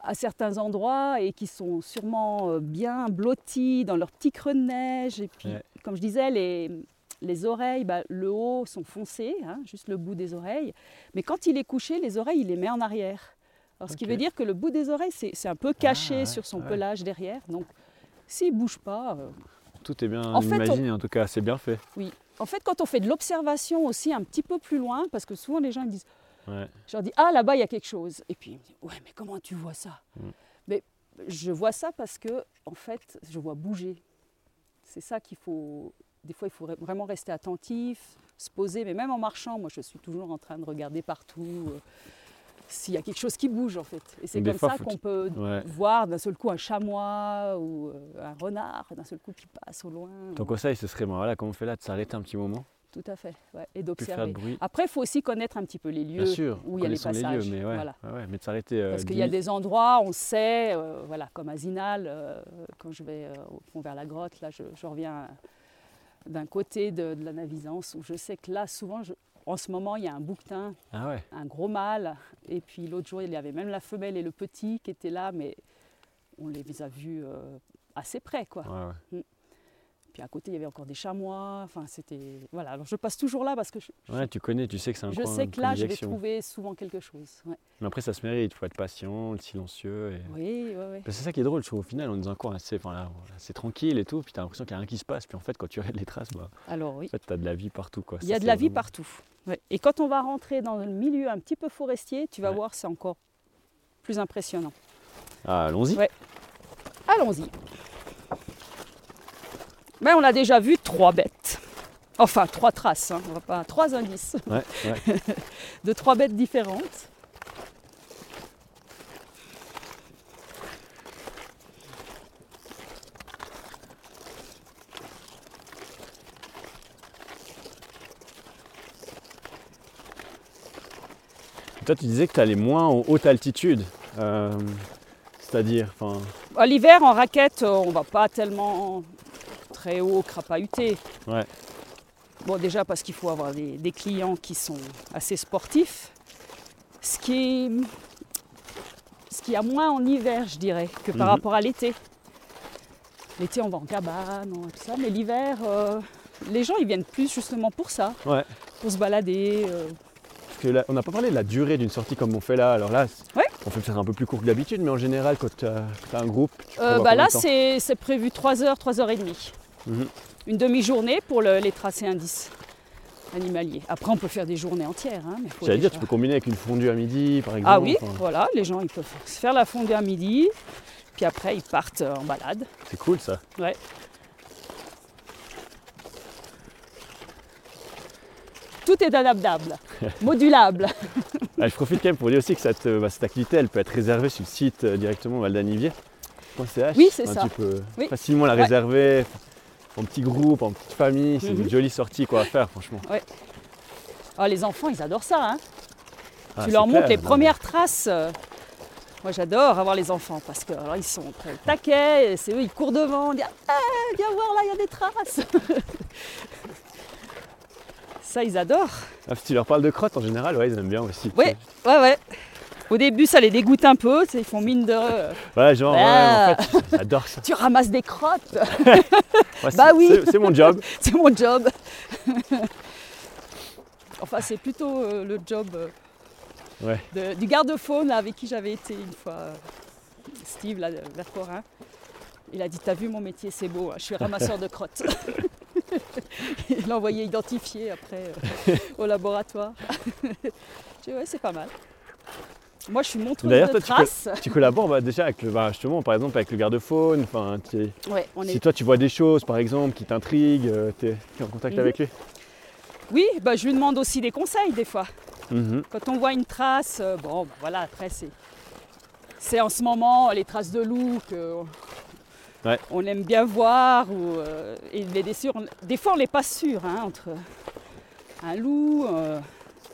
[SPEAKER 2] à certains endroits et qui sont sûrement euh, bien blottis dans leurs petits creux de neige. Et puis,
[SPEAKER 1] Ouais.
[SPEAKER 2] comme je disais, les, les oreilles, bah, le haut sont foncées, hein, juste le bout des oreilles. Mais quand il est couché, les oreilles, il les met en arrière. Alors, ce qui
[SPEAKER 1] Ok.
[SPEAKER 2] veut dire que le bout des oreilles, c'est c'est un peu caché
[SPEAKER 1] ouais,
[SPEAKER 2] sur son
[SPEAKER 1] ouais.
[SPEAKER 2] pelage derrière. Donc, s'il ne bouge pas, euh,
[SPEAKER 1] Tout est bien
[SPEAKER 2] En fait,
[SPEAKER 1] imaginé, en tout cas, c'est bien fait.
[SPEAKER 2] oui. En fait, quand on fait de l'observation aussi un petit peu plus loin, parce que souvent les gens ils disent,
[SPEAKER 1] Ouais.
[SPEAKER 2] je leur dis ah là-bas il y a quelque chose. Et puis ils me disent ouais mais comment tu vois ça
[SPEAKER 1] Mm.
[SPEAKER 2] Mais je vois ça parce que en fait je vois bouger. C'est ça qu'il faut. Des fois il faut re- vraiment rester attentif, se poser. Mais même en marchant, moi je suis toujours en train de regarder partout euh, s'il y a quelque chose qui bouge en fait. Et c'est
[SPEAKER 1] Des
[SPEAKER 2] comme
[SPEAKER 1] fois,
[SPEAKER 2] ça
[SPEAKER 1] faut-
[SPEAKER 2] qu'on peut
[SPEAKER 1] ouais.
[SPEAKER 2] voir d'un seul coup un chamois ou euh, un renard d'un seul coup qui passe au loin.
[SPEAKER 1] Ton conseil, ce serait, ben, voilà, comme on fait là, de s'arrêter un petit moment,
[SPEAKER 2] Tout à fait. ouais,
[SPEAKER 1] plus faire
[SPEAKER 2] et
[SPEAKER 1] de
[SPEAKER 2] d'observer.
[SPEAKER 1] bruit.
[SPEAKER 2] Après, il faut aussi connaître un petit peu les lieux
[SPEAKER 1] Bien sûr,
[SPEAKER 2] Ah, où il y a les
[SPEAKER 1] connaissons
[SPEAKER 2] passages.
[SPEAKER 1] lieux, mais, ouais,
[SPEAKER 2] voilà.
[SPEAKER 1] ouais, ouais, mais de s'arrêter. euh,
[SPEAKER 2] Parce qu'il
[SPEAKER 1] dix
[SPEAKER 2] y a
[SPEAKER 1] minutes.
[SPEAKER 2] des endroits, on sait, euh, voilà, comme à Zinal, euh, quand je vais euh, au pont vers la grotte, là, je, je reviens d'un côté de, de la Navisance, où je sais que là, souvent, je- en ce moment, il y a un bouquetin,
[SPEAKER 1] Ah ouais,
[SPEAKER 2] un gros mâle, et puis l'autre jour, il y avait même la femelle et le petit qui étaient là, mais on les a vus euh, assez près, quoi.
[SPEAKER 1] ouais, ouais.
[SPEAKER 2] Puis à côté, il y avait encore des chamois, enfin, c'était... Voilà, alors je passe toujours là, parce que je, je-
[SPEAKER 1] Ouais, tu connais, tu sais que c'est un
[SPEAKER 2] je
[SPEAKER 1] coin
[SPEAKER 2] sais
[SPEAKER 1] de
[SPEAKER 2] que là, je vais
[SPEAKER 1] prédilection.
[SPEAKER 2] trouver souvent quelque chose. ouais.
[SPEAKER 1] Mais après, ça se mérite, il faut être patient, le silencieux. Et...
[SPEAKER 2] Oui, oui, oui.
[SPEAKER 1] Parce que C'est ça qui est drôle, je trouve, au final, on est dans un coin assez, enfin, là, assez tranquille et tout, puis t'as l'impression qu'il n'y a rien qui se passe, puis en fait, quand tu regardes les traces, bah,
[SPEAKER 2] Alors oui.
[SPEAKER 1] en fait, t'as de la vie partout. Quoi.
[SPEAKER 2] Il
[SPEAKER 1] Ah, Ça,
[SPEAKER 2] y a de
[SPEAKER 1] c'est
[SPEAKER 2] la vie
[SPEAKER 1] vraiment-
[SPEAKER 2] partout. Ouais. Et quand on va rentrer dans le milieu un petit peu forestier, tu vas
[SPEAKER 1] Ouais.
[SPEAKER 2] voir, c'est encore plus impressionnant.
[SPEAKER 1] Ah, allons-y.
[SPEAKER 2] Ouais. Allons-y. Ben, on a déjà vu trois bêtes. Enfin, trois traces, hein. on va pas, trois indices
[SPEAKER 1] Ouais, ouais.
[SPEAKER 2] de trois bêtes différentes.
[SPEAKER 1] Toi, tu disais que tu allais moins en haute altitude. euh, C'est-à-dire, enfin,
[SPEAKER 2] À l'hiver, en raquette, euh, on va pas tellement très haut crapahuter.
[SPEAKER 1] ouais,
[SPEAKER 2] Bon, déjà parce qu'il faut avoir des, des clients qui sont assez sportifs. Ce qui est. Ce qu'il y a moins en hiver, je dirais, que par
[SPEAKER 1] Mhm.
[SPEAKER 2] rapport à l'été. L'été, on va en cabane, on va tout ça, mais l'hiver, euh, les gens, ils viennent plus justement pour ça,
[SPEAKER 1] ouais.
[SPEAKER 2] pour se balader. euh.
[SPEAKER 1] Parce que là, on n'a pas parlé de la durée d'une sortie comme on fait là. Alors là, c-
[SPEAKER 2] Ouais.
[SPEAKER 1] on fait peut-être un peu plus court que d'habitude, mais en général, quand tu as, un groupe, tu
[SPEAKER 2] Euh,
[SPEAKER 1] prévois
[SPEAKER 2] bah
[SPEAKER 1] combien
[SPEAKER 2] là,
[SPEAKER 1] de temps
[SPEAKER 2] c'est c'est prévu 3h, 3h30.
[SPEAKER 1] Mhm.
[SPEAKER 2] Une demi-journée pour le- les tracés indices animaliers. Après, on peut faire des journées entières. Hein, mais faut
[SPEAKER 1] J'allais dire, tu
[SPEAKER 2] déjà-
[SPEAKER 1] peux combiner avec une fondue à midi, par exemple.
[SPEAKER 2] Ah oui,
[SPEAKER 1] enfin,
[SPEAKER 2] voilà, les gens ils peuvent se faire la fondue à midi, puis après ils partent euh, en balade.
[SPEAKER 1] C'est cool ça.
[SPEAKER 2] Ouais. Tout est adaptable, modulable.
[SPEAKER 1] Ah, je profite quand même pour dire aussi que cette, euh, bah, cette activité, elle peut être réservée sur le site euh, directement valdanivier.ch.
[SPEAKER 2] Oui, c'est ça.
[SPEAKER 1] Tu peux
[SPEAKER 2] Oui.
[SPEAKER 1] facilement la
[SPEAKER 2] Ouais.
[SPEAKER 1] réserver en petit groupe, en petite famille. C'est
[SPEAKER 2] Mhm.
[SPEAKER 1] une jolie sortie quoi, à faire, franchement.
[SPEAKER 2] Ah, les enfants ils adorent ça. hein.
[SPEAKER 1] Ah,
[SPEAKER 2] tu
[SPEAKER 1] c'est
[SPEAKER 2] leur montres
[SPEAKER 1] clair.
[SPEAKER 2] les
[SPEAKER 1] Non, mais-
[SPEAKER 2] premières traces. euh. Moi j'adore avoir les enfants parce que alors, ils sont très taquets, et c'est eux ils courent devant, on dit Ah, viens voir là il y a des traces. ça ils adorent.
[SPEAKER 1] Ah, si tu leur parles de crotte, en général, ouais, ils aiment bien aussi.
[SPEAKER 2] Ouais, ouais, ouais. Au début ça les dégoûte un peu, tu sais, ils font mine de euh,
[SPEAKER 1] Ouais, genre, ouais,
[SPEAKER 2] Ah.
[SPEAKER 1] en fait, j'adore ça.
[SPEAKER 2] tu ramasses des crottes.
[SPEAKER 1] Ouais, c'est-
[SPEAKER 2] Bah oui.
[SPEAKER 1] c'est- C'est mon job.
[SPEAKER 2] C'est mon job. enfin, c'est plutôt euh, le job euh,
[SPEAKER 1] Ouais.
[SPEAKER 2] de- du garde-faune là, avec qui j'avais été une fois, euh, Steve, là, de Vercorin. Il a dit T'as vu mon métier, c'est beau, hein, je suis ramasseur de crottes. Il l'a envoyé identifier après euh, au laboratoire. J'ai dit Ouais, c'est pas mal. Moi, je suis montreuse
[SPEAKER 1] D'ailleurs,
[SPEAKER 2] de
[SPEAKER 1] toi, tu peux-
[SPEAKER 2] traces.
[SPEAKER 1] tu collabores bah, déjà avec le, bah, justement, par exemple, avec le garde-faune. Enfin, tu-
[SPEAKER 2] Ouais, on est
[SPEAKER 1] Si toi, tu vois des choses, par exemple, qui t'intriguent, euh, t'es t'es en contact
[SPEAKER 2] Mhm.
[SPEAKER 1] avec lui.
[SPEAKER 2] Oui, bah, je lui demande aussi des conseils des fois.
[SPEAKER 1] Mhm.
[SPEAKER 2] Quand on voit une trace, euh, bon, ben voilà, après c'est. C'est en ce moment les traces de loup que
[SPEAKER 1] Ouais.
[SPEAKER 2] On aime bien voir. Ou, euh, et les blessures, on- des fois, on n'est pas sûr hein, entre un loup, euh,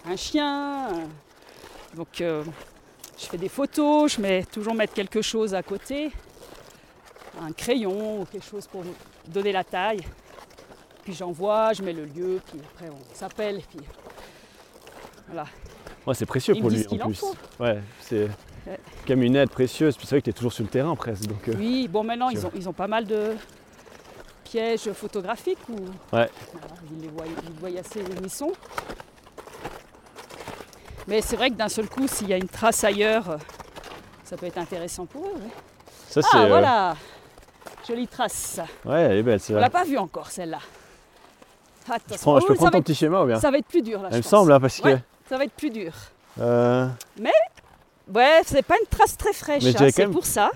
[SPEAKER 2] un chien. euh. Donc, euh, je fais des photos, je mets toujours mettre quelque chose à côté, un crayon ou quelque chose pour donner la taille. Puis j'envoie, je mets le lieu, puis après on s'appelle, puis voilà.
[SPEAKER 1] Ouais, c'est précieux
[SPEAKER 2] Ils
[SPEAKER 1] pour
[SPEAKER 2] me
[SPEAKER 1] lui
[SPEAKER 2] disent
[SPEAKER 1] en
[SPEAKER 2] qu'il en
[SPEAKER 1] plus.
[SPEAKER 2] faut.
[SPEAKER 1] Ouais, c'est
[SPEAKER 2] Ouais.
[SPEAKER 1] comme une aide précieuse. Puis c'est vrai que t'es toujours sur le terrain presque. Donc, euh,
[SPEAKER 2] Oui, bon maintenant
[SPEAKER 1] Tu
[SPEAKER 2] ils ont, ils ont pas mal de pièges photographiques ou
[SPEAKER 1] Ouais.
[SPEAKER 2] Voilà, ils les voient, ils voient assez où ils sont. Mais c'est vrai que d'un seul coup, s'il y a une trace ailleurs, euh, ça peut être intéressant pour eux. ouais.
[SPEAKER 1] ça c'est.
[SPEAKER 2] Ah
[SPEAKER 1] euh,
[SPEAKER 2] voilà, jolie trace.
[SPEAKER 1] Ouais, elle est belle. c'est
[SPEAKER 2] On
[SPEAKER 1] vrai.
[SPEAKER 2] l'a pas vue encore celle-là. Attention,
[SPEAKER 1] Je, prends- je peux prendre
[SPEAKER 2] Ouh, Oh, ça, va
[SPEAKER 1] ton
[SPEAKER 2] être,
[SPEAKER 1] petit schéma ou bien
[SPEAKER 2] ça va être plus dur là.
[SPEAKER 1] Elle
[SPEAKER 2] je
[SPEAKER 1] me
[SPEAKER 2] pense.
[SPEAKER 1] semble, hein, parce que.
[SPEAKER 2] Ouais. Ça va être plus dur.
[SPEAKER 1] euh,
[SPEAKER 2] Ouais, c'est pas une trace très fraîche,
[SPEAKER 1] Mais je
[SPEAKER 2] hein,
[SPEAKER 1] dirais quand
[SPEAKER 2] c'est
[SPEAKER 1] même-
[SPEAKER 2] pour ça.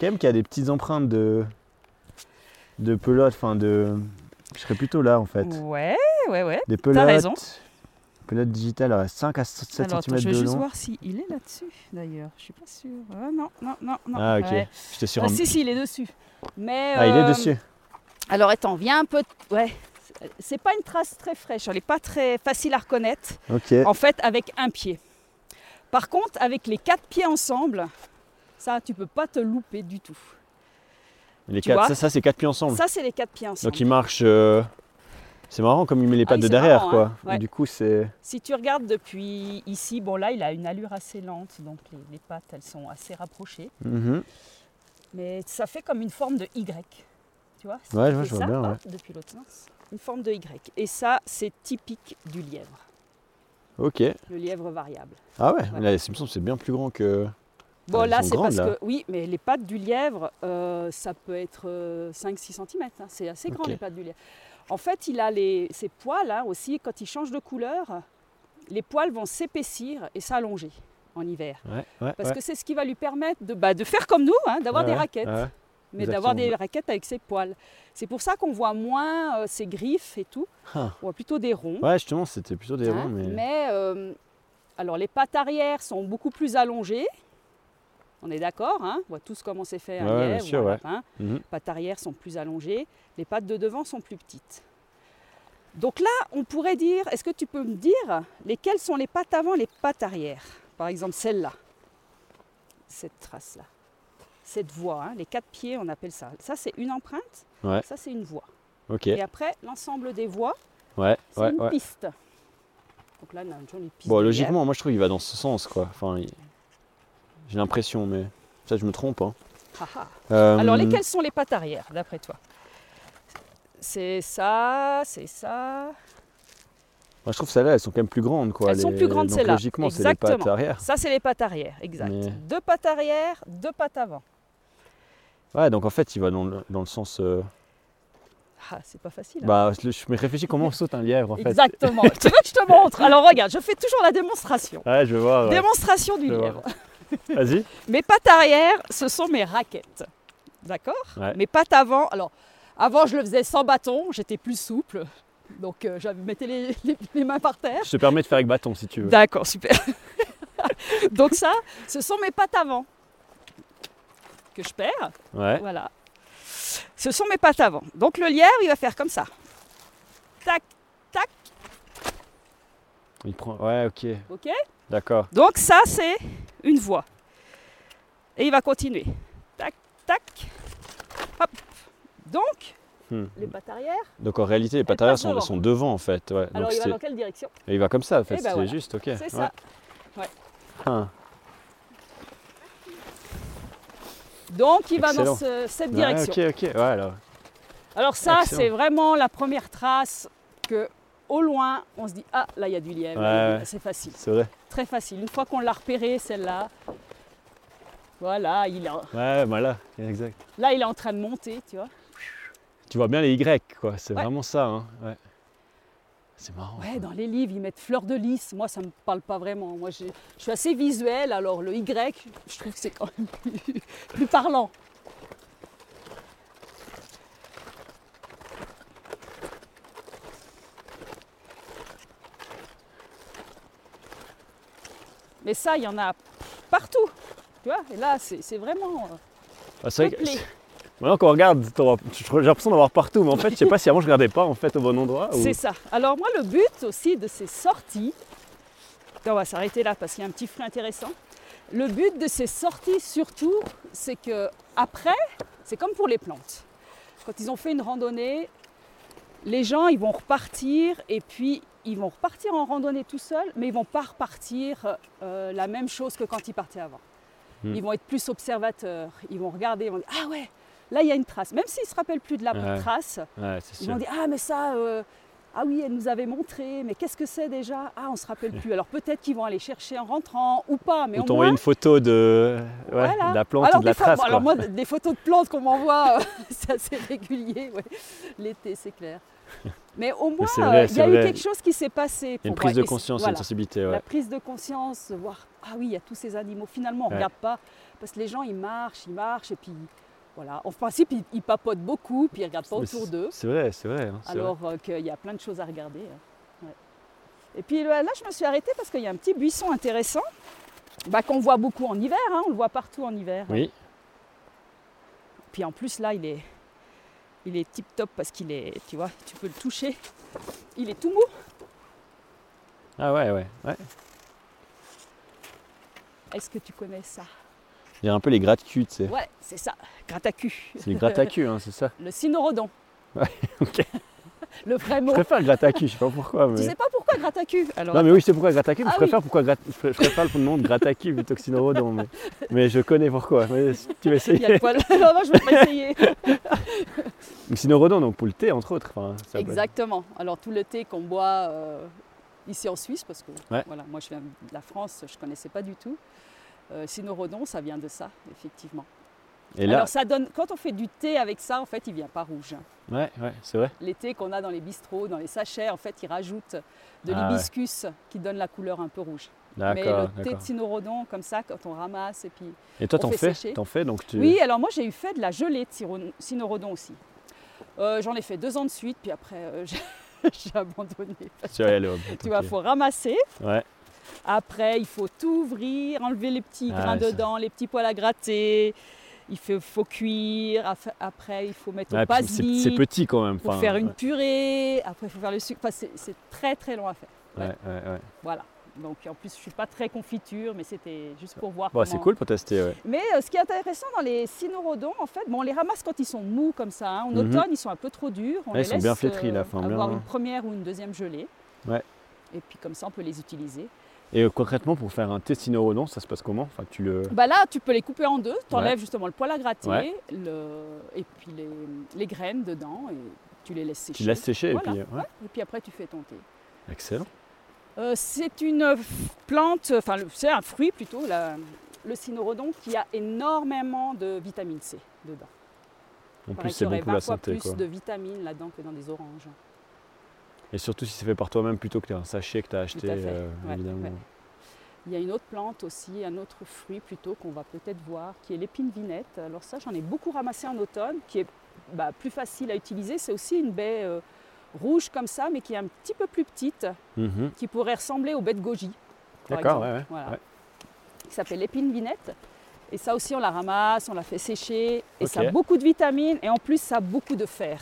[SPEAKER 1] quand même qu'il y a des petites empreintes de. de pelote, enfin de. Je serais plutôt là en fait.
[SPEAKER 2] Ouais, ouais, ouais.
[SPEAKER 1] Des pelotes.
[SPEAKER 2] raison.
[SPEAKER 1] Pelotes digitales à 5 à 7
[SPEAKER 2] Alors, attends,
[SPEAKER 1] cm
[SPEAKER 2] je vais
[SPEAKER 1] de
[SPEAKER 2] juste
[SPEAKER 1] long.
[SPEAKER 2] voir s'il est là-dessus, d'ailleurs. Je suis pas sûre. Ah, non, non, non, non.
[SPEAKER 1] Ah, ok.
[SPEAKER 2] Ouais.
[SPEAKER 1] J'étais sur
[SPEAKER 2] Ah,
[SPEAKER 1] un.
[SPEAKER 2] si, si, il est dessus. Mais,
[SPEAKER 1] Ah, il
[SPEAKER 2] euh,
[SPEAKER 1] est dessus.
[SPEAKER 2] Alors, attends, viens un peu. t- Ouais. C'est pas une trace très fraîche. Elle n'est pas très facile à reconnaître.
[SPEAKER 1] Ok.
[SPEAKER 2] En fait, avec un pied. Par contre, avec les quatre pieds ensemble, ça, tu peux pas te louper du tout.
[SPEAKER 1] Les
[SPEAKER 2] tu
[SPEAKER 1] quatre-
[SPEAKER 2] vois
[SPEAKER 1] ça, ça, c'est quatre pieds ensemble.
[SPEAKER 2] Ça, c'est les quatre pieds ensemble.
[SPEAKER 1] Donc il marche. euh, C'est marrant comme il met les
[SPEAKER 2] Ah
[SPEAKER 1] pattes
[SPEAKER 2] oui,
[SPEAKER 1] de
[SPEAKER 2] c'est
[SPEAKER 1] derrière
[SPEAKER 2] marrant,
[SPEAKER 1] quoi.
[SPEAKER 2] hein. Ouais.
[SPEAKER 1] Et Du coup c'est.
[SPEAKER 2] Si tu regardes depuis ici, bon là, il a une allure assez lente, donc les, les pattes, elles sont assez rapprochées.
[SPEAKER 1] Mhm.
[SPEAKER 2] Mais ça fait comme une forme de Y. Tu vois si
[SPEAKER 1] Ouais,
[SPEAKER 2] tu
[SPEAKER 1] je vois,
[SPEAKER 2] fais
[SPEAKER 1] je vois
[SPEAKER 2] ça,
[SPEAKER 1] bien,
[SPEAKER 2] hop,
[SPEAKER 1] ouais.
[SPEAKER 2] Depuis l'autre sens. Une forme de Y. Et ça, c'est typique du lièvre,
[SPEAKER 1] Ok.
[SPEAKER 2] le lièvre variable.
[SPEAKER 1] Ah ouais,
[SPEAKER 2] Ouais.
[SPEAKER 1] là, il me semble que c'est bien plus grand que.
[SPEAKER 2] Bon,
[SPEAKER 1] elles
[SPEAKER 2] là,
[SPEAKER 1] sont
[SPEAKER 2] c'est
[SPEAKER 1] grandes,
[SPEAKER 2] parce
[SPEAKER 1] là.
[SPEAKER 2] que. Oui, mais les pattes du lièvre, euh, ça peut être euh, 5-6 cm. C'est assez grand,
[SPEAKER 1] Ok.
[SPEAKER 2] les pattes du lièvre. En fait, il a les, ses poils hein, aussi, quand il change de couleur, les poils vont s'épaissir et s'allonger en hiver.
[SPEAKER 1] Ouais, ouais.
[SPEAKER 2] Parce que c'est ce qui va lui permettre de, bah, de faire comme nous, hein, d'avoir des raquettes. mais d'avoir
[SPEAKER 1] Exactement.
[SPEAKER 2] des raquettes avec ses poils. C'est pour ça qu'on voit moins euh, ses griffes et tout.
[SPEAKER 1] Ah.
[SPEAKER 2] On voit plutôt des ronds.
[SPEAKER 1] Ouais, justement, c'était plutôt des
[SPEAKER 2] hein,
[SPEAKER 1] ronds, mais.
[SPEAKER 2] euh, alors les pattes arrière sont beaucoup plus allongées. On est d'accord, hein on voit tous comment c'est fait un
[SPEAKER 1] Ouais, ouais, bien
[SPEAKER 2] lièvre ou
[SPEAKER 1] sûr,
[SPEAKER 2] un
[SPEAKER 1] ouais.
[SPEAKER 2] lapin.
[SPEAKER 1] Mhm.
[SPEAKER 2] Les pattes arrière sont plus allongées, les pattes de devant sont plus petites. Donc là, on pourrait dire, est-ce que tu peux me dire lesquelles sont les pattes avant, les pattes arrière Par exemple, celle-là, cette trace-là, cette voie, hein, les quatre pieds, on appelle ça. Ça, c'est une empreinte,
[SPEAKER 1] Ouais.
[SPEAKER 2] ça, c'est une voie.
[SPEAKER 1] Ok.
[SPEAKER 2] Et après, l'ensemble des voies,
[SPEAKER 1] Ouais,
[SPEAKER 2] c'est
[SPEAKER 1] ouais,
[SPEAKER 2] une
[SPEAKER 1] ouais.
[SPEAKER 2] piste. Donc là, on a une jolie piste.
[SPEAKER 1] Bon,
[SPEAKER 2] de
[SPEAKER 1] logiquement, moi je trouve qu'il va dans ce sens quoi. Enfin, il- j'ai l'impression, mais. Ça, je me trompe. Hein.
[SPEAKER 2] guerre. Ah, ah.
[SPEAKER 1] Euh,
[SPEAKER 2] Alors, lesquelles sont les pattes arrière, d'après toi C'est ça, c'est ça.
[SPEAKER 1] moi, je trouve celles-là, elles sont quand même plus grandes quoi.
[SPEAKER 2] Elles sont
[SPEAKER 1] les-
[SPEAKER 2] plus grandes,
[SPEAKER 1] donc,
[SPEAKER 2] celles-là.
[SPEAKER 1] Logiquement, c'est les pattes
[SPEAKER 2] Exactement.
[SPEAKER 1] arrière.
[SPEAKER 2] Ça, c'est les pattes arrière, exact.
[SPEAKER 1] Mais-
[SPEAKER 2] Deux pattes arrière, deux pattes avant.
[SPEAKER 1] Ouais, donc en fait, il va dans le, dans le sens. euh,
[SPEAKER 2] Ah, c'est pas facile. hein.
[SPEAKER 1] Bah, je, je me réfléchis comment on saute un lièvre en fait.
[SPEAKER 2] Exactement. tu veux que je te montre Alors regarde, je fais toujours la démonstration.
[SPEAKER 1] Ouais, je vais voir. Ah, ouais.
[SPEAKER 2] Démonstration du
[SPEAKER 1] Je vois.
[SPEAKER 2] lièvre.
[SPEAKER 1] Vas-y.
[SPEAKER 2] Mes pattes arrière, ce sont mes raquettes. D'accord
[SPEAKER 1] Ouais.
[SPEAKER 2] Mes pattes avant, alors avant je le faisais sans bâton, j'étais plus souple. Donc euh, je mettais les- les- les mains par terre.
[SPEAKER 1] Je te permets de faire avec bâton si tu veux.
[SPEAKER 2] D'accord, super. Donc ça, ce sont mes pattes avant que je perds.
[SPEAKER 1] Ouais.
[SPEAKER 2] Voilà. Ce sont mes pattes avant. Donc le lièvre, il va faire comme ça. Tac, tac,
[SPEAKER 1] Il prend. Ouais, ok.
[SPEAKER 2] ok
[SPEAKER 1] D'accord.
[SPEAKER 2] Donc ça, c'est une voie. Et il va continuer. Tac, tac, hop. Donc,
[SPEAKER 1] Hmm.
[SPEAKER 2] les pattes arrière.
[SPEAKER 1] Donc en réalité, les pattes
[SPEAKER 2] passe
[SPEAKER 1] arrière sont,
[SPEAKER 2] devant.
[SPEAKER 1] sont devant en fait. Ouais.
[SPEAKER 2] Alors
[SPEAKER 1] Donc,
[SPEAKER 2] il va
[SPEAKER 1] c'est-
[SPEAKER 2] dans quelle direction
[SPEAKER 1] Et il va comme ça en fait,
[SPEAKER 2] Eh ben
[SPEAKER 1] c'est
[SPEAKER 2] voilà.
[SPEAKER 1] juste, ok.
[SPEAKER 2] C'est ça.
[SPEAKER 1] Ah,
[SPEAKER 2] Donc il va
[SPEAKER 1] Excellent.
[SPEAKER 2] dans ce- cette
[SPEAKER 1] ouais,
[SPEAKER 2] direction.
[SPEAKER 1] ok, ok, voilà.
[SPEAKER 2] Alors ça,
[SPEAKER 1] Excellent.
[SPEAKER 2] c'est vraiment la première trace que, au loin, on se dit ah là il y a du lièvre.
[SPEAKER 1] Ouais,
[SPEAKER 2] là, il y a-
[SPEAKER 1] ouais.
[SPEAKER 2] C'est facile,
[SPEAKER 1] C'est vrai.
[SPEAKER 2] très facile. Une fois qu'on l'a repéré celle-là, voilà, il est en-
[SPEAKER 1] Ouais, voilà, exact.
[SPEAKER 2] là il est en train de monter, tu vois.
[SPEAKER 1] Tu vois bien les Y, quoi. C'est
[SPEAKER 2] Ouais.
[SPEAKER 1] vraiment ça, hein. Ouais. C'est marrant.
[SPEAKER 2] Ouais, dans les livres ils mettent fleur de lys. Moi ça me parle pas vraiment. Moi j'ai- je suis assez visuelle, alors le Y, je trouve que c'est quand même plus, plus parlant. Mais ça, il y en a partout. Tu vois, et là, c'est c'est vraiment. euh,
[SPEAKER 1] Ah, c'est vrai que-
[SPEAKER 2] peuplé.
[SPEAKER 1] Maintenant qu'on regarde, t'en- j'ai l'impression d'en voir partout, mais en fait, je sais pas si avant je regardais pas en fait au bon endroit. ou-
[SPEAKER 2] C'est ça. Alors moi, le but aussi de ces sorties, on va s'arrêter là parce qu'il y a un petit fruit intéressant. Le but de ces sorties surtout, c'est que après, c'est comme pour les plantes. Quand ils ont fait une randonnée, les gens, ils vont repartir et puis ils vont repartir en randonnée tout seuls, mais ils vont pas repartir euh, la même chose que quand ils partaient avant.
[SPEAKER 1] Hmm.
[SPEAKER 2] Ils vont être plus observateurs, ils vont regarder, ils vont dire ah ouais, là il y a une trace. Même s'ils se rappellent plus de la
[SPEAKER 1] Ouais.
[SPEAKER 2] trace,
[SPEAKER 1] Ouais, c'est
[SPEAKER 2] ils
[SPEAKER 1] sûr.
[SPEAKER 2] m'ont dit Ah, mais ça, euh, ah oui, elle nous avait montré, mais qu'est-ce que c'est déjà Ah, on se rappelle plus. Alors peut-être qu'ils vont aller chercher en rentrant ou pas, mais
[SPEAKER 1] Ou
[SPEAKER 2] au
[SPEAKER 1] t'envoyer
[SPEAKER 2] moins.
[SPEAKER 1] une photo de, ouais,
[SPEAKER 2] Voilà.
[SPEAKER 1] de la plante ou de
[SPEAKER 2] des
[SPEAKER 1] la
[SPEAKER 2] fois-
[SPEAKER 1] trace.
[SPEAKER 2] bon, alors
[SPEAKER 1] quoi.
[SPEAKER 2] moi, des photos de plantes qu'on m'envoie, euh, c'est assez régulier. ouais. L'été, c'est clair. Mais au moins,
[SPEAKER 1] c'est vrai,
[SPEAKER 2] euh, il y
[SPEAKER 1] c'est
[SPEAKER 2] a eu
[SPEAKER 1] vrai.
[SPEAKER 2] quelque chose qui s'est passé.
[SPEAKER 1] Il y a
[SPEAKER 2] pour
[SPEAKER 1] une prise
[SPEAKER 2] moi.
[SPEAKER 1] de
[SPEAKER 2] Et c'est-
[SPEAKER 1] conscience,
[SPEAKER 2] voilà.
[SPEAKER 1] une sensibilité.
[SPEAKER 2] La
[SPEAKER 1] Ouais.
[SPEAKER 2] prise de conscience, de voir ah oui, il y a tous ces animaux. Finalement, on
[SPEAKER 1] Ouais.
[SPEAKER 2] regarde pas parce que les gens ils marchent, ils marchent et puis voilà. En principe, ils, ils papotent beaucoup puis ils regardent pas
[SPEAKER 1] Mais
[SPEAKER 2] autour
[SPEAKER 1] c'est-
[SPEAKER 2] d'eux.
[SPEAKER 1] C'est vrai, c'est vrai. hein, c'est vrai.
[SPEAKER 2] alors euh, qu'il y a plein de choses à regarder. hein. Ouais. Et puis là, là, je me suis arrêtée parce qu'il y a un petit buisson intéressant bah, qu'on voit beaucoup en hiver, hein, on le voit partout en hiver.
[SPEAKER 1] Oui,
[SPEAKER 2] Puis en plus, là, il est, il est tip top parce qu'il est, tu vois, tu peux le toucher. Il est tout mou.
[SPEAKER 1] ah ouais, ouais, ouais.
[SPEAKER 2] Est-ce que tu connais ça
[SPEAKER 1] Il y a un peu les gratte tu sais.
[SPEAKER 2] Ouais, c'est ça, gratte à cul.
[SPEAKER 1] C'est les gratte à cul, hein, c'est ça.
[SPEAKER 2] Le cynorhodon.
[SPEAKER 1] Ouais, ok.
[SPEAKER 2] Le vrai
[SPEAKER 1] Je
[SPEAKER 2] mot.
[SPEAKER 1] préfère gratte à cul, je sais pas pourquoi. Mais...
[SPEAKER 2] Tu sais pas pourquoi gratte à cul alors,
[SPEAKER 1] Non, mais oui, je sais pourquoi gratte à cul, mais
[SPEAKER 2] Ah
[SPEAKER 1] je préfère, pourquoi gratte- je pr- je préfère le nom de gratte à cul plutôt que cynorhodon, Mais... mais je connais pourquoi. Mais si tu vas
[SPEAKER 2] Il y a
[SPEAKER 1] essayer.
[SPEAKER 2] le poil. non, non, je vais pas essayer.
[SPEAKER 1] Cynorhodon, donc pour le thé, entre autres. enfin, ça peut-
[SPEAKER 2] Exactement. Alors tout le thé qu'on boit euh, ici en Suisse, parce que
[SPEAKER 1] Ouais.
[SPEAKER 2] voilà, moi je viens de la France, je ne connaissais pas du tout. Euh, cynorhodon, ça vient de ça, effectivement.
[SPEAKER 1] Et là,
[SPEAKER 2] Alors ça donne, quand on fait du thé avec ça, en fait, il vient pas rouge. hein.
[SPEAKER 1] ouais, ouais, c'est vrai.
[SPEAKER 2] Les thés qu'on a dans les bistrots, dans les sachets, en fait, ils rajoutent de
[SPEAKER 1] Ah ouais.
[SPEAKER 2] l'hibiscus qui donne la couleur un peu rouge. Mais
[SPEAKER 1] D'accord,
[SPEAKER 2] le thé de
[SPEAKER 1] d'accord.
[SPEAKER 2] cynorhodon, comme ça, quand on ramasse et puis
[SPEAKER 1] Et toi,
[SPEAKER 2] on
[SPEAKER 1] t'en
[SPEAKER 2] fait
[SPEAKER 1] fais
[SPEAKER 2] sécher.
[SPEAKER 1] T'en fais, donc tu.
[SPEAKER 2] Oui, alors moi j'ai eu fait de la gelée de cyro- cynorhodon aussi. Euh, J'en ai fait deux ans de suite, puis après euh, j'ai j'ai abandonné.
[SPEAKER 1] Tu vas y aller au bout,
[SPEAKER 2] Tu vois,
[SPEAKER 1] ok.
[SPEAKER 2] il faut ramasser.
[SPEAKER 1] Ouais,
[SPEAKER 2] Après, il faut tout ouvrir, enlever les petits
[SPEAKER 1] Ah,
[SPEAKER 2] grains
[SPEAKER 1] ouais, ça.
[SPEAKER 2] dedans, les petits poils à gratter. Il faut, faut cuire. Af- Après, il faut mettre
[SPEAKER 1] Ouais,
[SPEAKER 2] au
[SPEAKER 1] puis c'est-
[SPEAKER 2] passe-vite
[SPEAKER 1] c'est petit quand même.
[SPEAKER 2] pour
[SPEAKER 1] enfin,
[SPEAKER 2] faire une
[SPEAKER 1] ouais.
[SPEAKER 2] purée. Après, il faut faire le sucre. Enfin, c'est- c'est très très long à faire.
[SPEAKER 1] Ouais, ouais, ouais.
[SPEAKER 2] Voilà. Donc en plus, je suis pas très confiture, mais c'était juste pour voir.
[SPEAKER 1] Bon, Bah, c'est
[SPEAKER 2] comment-
[SPEAKER 1] cool pour tester, ouais.
[SPEAKER 2] Mais euh, ce qui est intéressant dans les cynorhodons, en fait, bon, on les ramasse quand ils sont mous comme ça. hein. En
[SPEAKER 1] Mhm.
[SPEAKER 2] automne, ils sont un peu trop durs. On
[SPEAKER 1] Ouais,
[SPEAKER 2] les
[SPEAKER 1] ils sont
[SPEAKER 2] laisse,
[SPEAKER 1] bien flétris,
[SPEAKER 2] euh,
[SPEAKER 1] là, enfin,
[SPEAKER 2] avoir
[SPEAKER 1] bien-
[SPEAKER 2] une première ou une deuxième gelée.
[SPEAKER 1] Ouais.
[SPEAKER 2] Et puis comme ça, on peut les utiliser.
[SPEAKER 1] Et euh, concrètement, pour faire un thé cynorhodon, ça se passe comment Enfin, tu le.
[SPEAKER 2] Bah là, tu peux les couper en deux. Tu enlèves justement le poil à gratter,
[SPEAKER 1] Ouais.
[SPEAKER 2] le- et puis les, les graines dedans, et tu les laisses sécher.
[SPEAKER 1] Tu laisses sécher
[SPEAKER 2] Voilà,
[SPEAKER 1] et puis. euh, ouais.
[SPEAKER 2] Et puis après, tu fais ton thé.
[SPEAKER 1] Excellent.
[SPEAKER 2] Euh, c'est une f- plante, enfin le- c'est un fruit plutôt, la- le cynorhodon, qui a énormément de vitamine C dedans.
[SPEAKER 1] En
[SPEAKER 2] Il
[SPEAKER 1] plus,
[SPEAKER 2] paraît
[SPEAKER 1] c'est
[SPEAKER 2] qu'il y
[SPEAKER 1] bon
[SPEAKER 2] aurait
[SPEAKER 1] pour la
[SPEAKER 2] 20 fois
[SPEAKER 1] santé,
[SPEAKER 2] plus
[SPEAKER 1] quoi.
[SPEAKER 2] de vitamines là-dedans que dans des oranges.
[SPEAKER 1] Et surtout si c'est fait par toi-même plutôt que un sachet que tu as acheté,
[SPEAKER 2] Tout à fait.
[SPEAKER 1] euh,
[SPEAKER 2] Ouais,
[SPEAKER 1] évidemment.
[SPEAKER 2] ouais. Il y a une autre plante aussi, un autre fruit plutôt qu'on va peut-être voir, qui est l'épine vinette. Alors ça, j'en ai beaucoup ramassé en automne, qui est bah, plus facile à utiliser. C'est aussi une baie euh, rouge comme ça, mais qui est un petit peu plus petite,
[SPEAKER 1] Mhm.
[SPEAKER 2] qui pourrait ressembler aux baies de goji. par
[SPEAKER 1] D'accord,
[SPEAKER 2] exemple.
[SPEAKER 1] ouais, ouais,
[SPEAKER 2] Voilà.
[SPEAKER 1] ouais.
[SPEAKER 2] Qui s'appelle l'épine vinette. Et ça aussi, on la ramasse, on la fait sécher. Et ça
[SPEAKER 1] Ok.
[SPEAKER 2] a beaucoup de vitamines et en plus, ça a beaucoup de fer.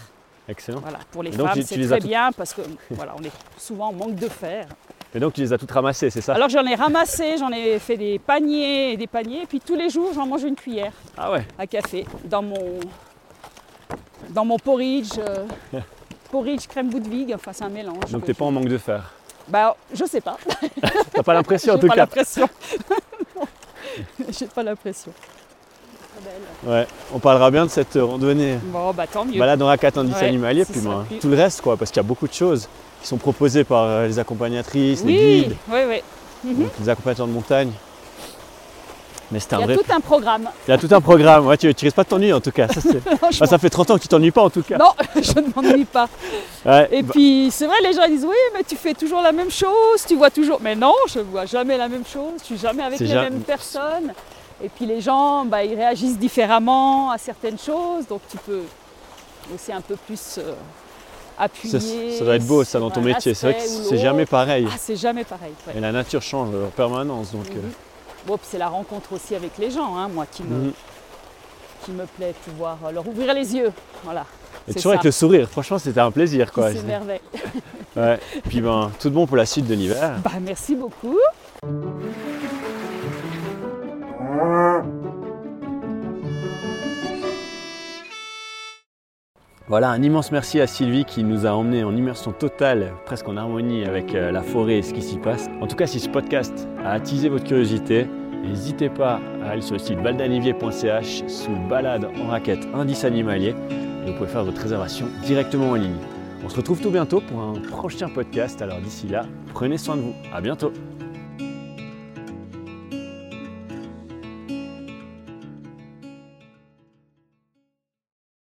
[SPEAKER 1] Excellent.
[SPEAKER 2] Voilà, pour les
[SPEAKER 1] Et donc,
[SPEAKER 2] femmes,
[SPEAKER 1] tu- tu
[SPEAKER 2] c'est
[SPEAKER 1] les as
[SPEAKER 2] très
[SPEAKER 1] toutes-
[SPEAKER 2] bien parce que voilà, on est souvent en manque de fer.
[SPEAKER 1] Et donc tu les as toutes ramassées, c'est ça
[SPEAKER 2] Alors j'en ai ramassé, j'en ai fait des paniers et des paniers, et puis tous les jours j'en mange une cuillère
[SPEAKER 1] Ah ouais.
[SPEAKER 2] à café dans mon dans mon porridge, euh, porridge crème Budwig, enfin c'est un mélange.
[SPEAKER 1] Donc
[SPEAKER 2] que
[SPEAKER 1] t'es
[SPEAKER 2] je-
[SPEAKER 1] pas en manque de fer.
[SPEAKER 2] Bah je sais pas,
[SPEAKER 1] T'as pas l'impression en
[SPEAKER 2] j'ai
[SPEAKER 1] tout
[SPEAKER 2] pas
[SPEAKER 1] cas.
[SPEAKER 2] l'impression. Non. j'ai pas l'impression. Très belle.
[SPEAKER 1] Ouais. On parlera bien de cette euh, randonnée.
[SPEAKER 2] Bon bah tant mieux.
[SPEAKER 1] Balade en rack indice
[SPEAKER 2] Ouais,
[SPEAKER 1] animalier,
[SPEAKER 2] ce
[SPEAKER 1] puis
[SPEAKER 2] sera
[SPEAKER 1] ben,
[SPEAKER 2] plus-
[SPEAKER 1] tout le reste quoi, parce qu'il y a beaucoup de choses qui sont proposées par euh, les accompagnatrices, les
[SPEAKER 2] oui,
[SPEAKER 1] guides,
[SPEAKER 2] oui, oui. Mhm.
[SPEAKER 1] donc les accompagnateurs de montagne. Mais c'était
[SPEAKER 2] Il y
[SPEAKER 1] un
[SPEAKER 2] a
[SPEAKER 1] vrai.
[SPEAKER 2] tout un programme.
[SPEAKER 1] Il y a tout un programme, ouais, tu, tu risques pas de t'ennuyer en tout cas. Ça, c'est-
[SPEAKER 2] Non, je
[SPEAKER 1] Ah, ça fait 30 ans que tu t'ennuies pas en tout cas.
[SPEAKER 2] m'en- non, je ne m'ennuie pas.
[SPEAKER 1] Ouais,
[SPEAKER 2] Et
[SPEAKER 1] bah,
[SPEAKER 2] puis, c'est vrai, les gens ils disent Oui, mais tu fais toujours la même chose, tu vois toujours. Mais non, je vois jamais la même chose, je suis jamais avec
[SPEAKER 1] C'est
[SPEAKER 2] les
[SPEAKER 1] jamais-
[SPEAKER 2] mêmes personnes. Et puis, les gens, bah, ils réagissent différemment à certaines choses, donc tu peux aussi un peu plus euh,
[SPEAKER 1] ça,
[SPEAKER 2] appuyer.
[SPEAKER 1] ça doit être beau ça dans
[SPEAKER 2] sur
[SPEAKER 1] ton
[SPEAKER 2] un
[SPEAKER 1] métier. C'est vrai que
[SPEAKER 2] aspect ou
[SPEAKER 1] c'est jamais
[SPEAKER 2] l'autre.
[SPEAKER 1] pareil.
[SPEAKER 2] Ah, c'est jamais pareil. ouais.
[SPEAKER 1] Et la nature change en permanence, donc. euh,
[SPEAKER 2] Mhm. Bon, puis c'est la rencontre aussi avec les gens, hein, moi qui me.
[SPEAKER 1] Mhm.
[SPEAKER 2] qui me plaît, pouvoir euh, leur ouvrir les yeux. Voilà.
[SPEAKER 1] Et
[SPEAKER 2] C'est
[SPEAKER 1] toujours
[SPEAKER 2] ça.
[SPEAKER 1] avec le sourire, franchement c'était un plaisir quoi.
[SPEAKER 2] C'est merveilleux.
[SPEAKER 1] Ouais. Puis ben, tout de bon pour la suite de l'hiver.
[SPEAKER 2] Bah, merci beaucoup.
[SPEAKER 1] Voilà, un immense merci à Sylvie qui nous a emmenés en immersion totale, presque en harmonie avec euh, la forêt et ce qui s'y passe. En tout cas, si ce podcast a attisé votre curiosité, n'hésitez pas à aller sur le site baldanivier.ch sous balade en raquette indice animalier et vous pouvez faire votre réservation directement en ligne. On se retrouve tout bientôt pour un prochain podcast, alors d'ici là, prenez soin de vous. À bientôt!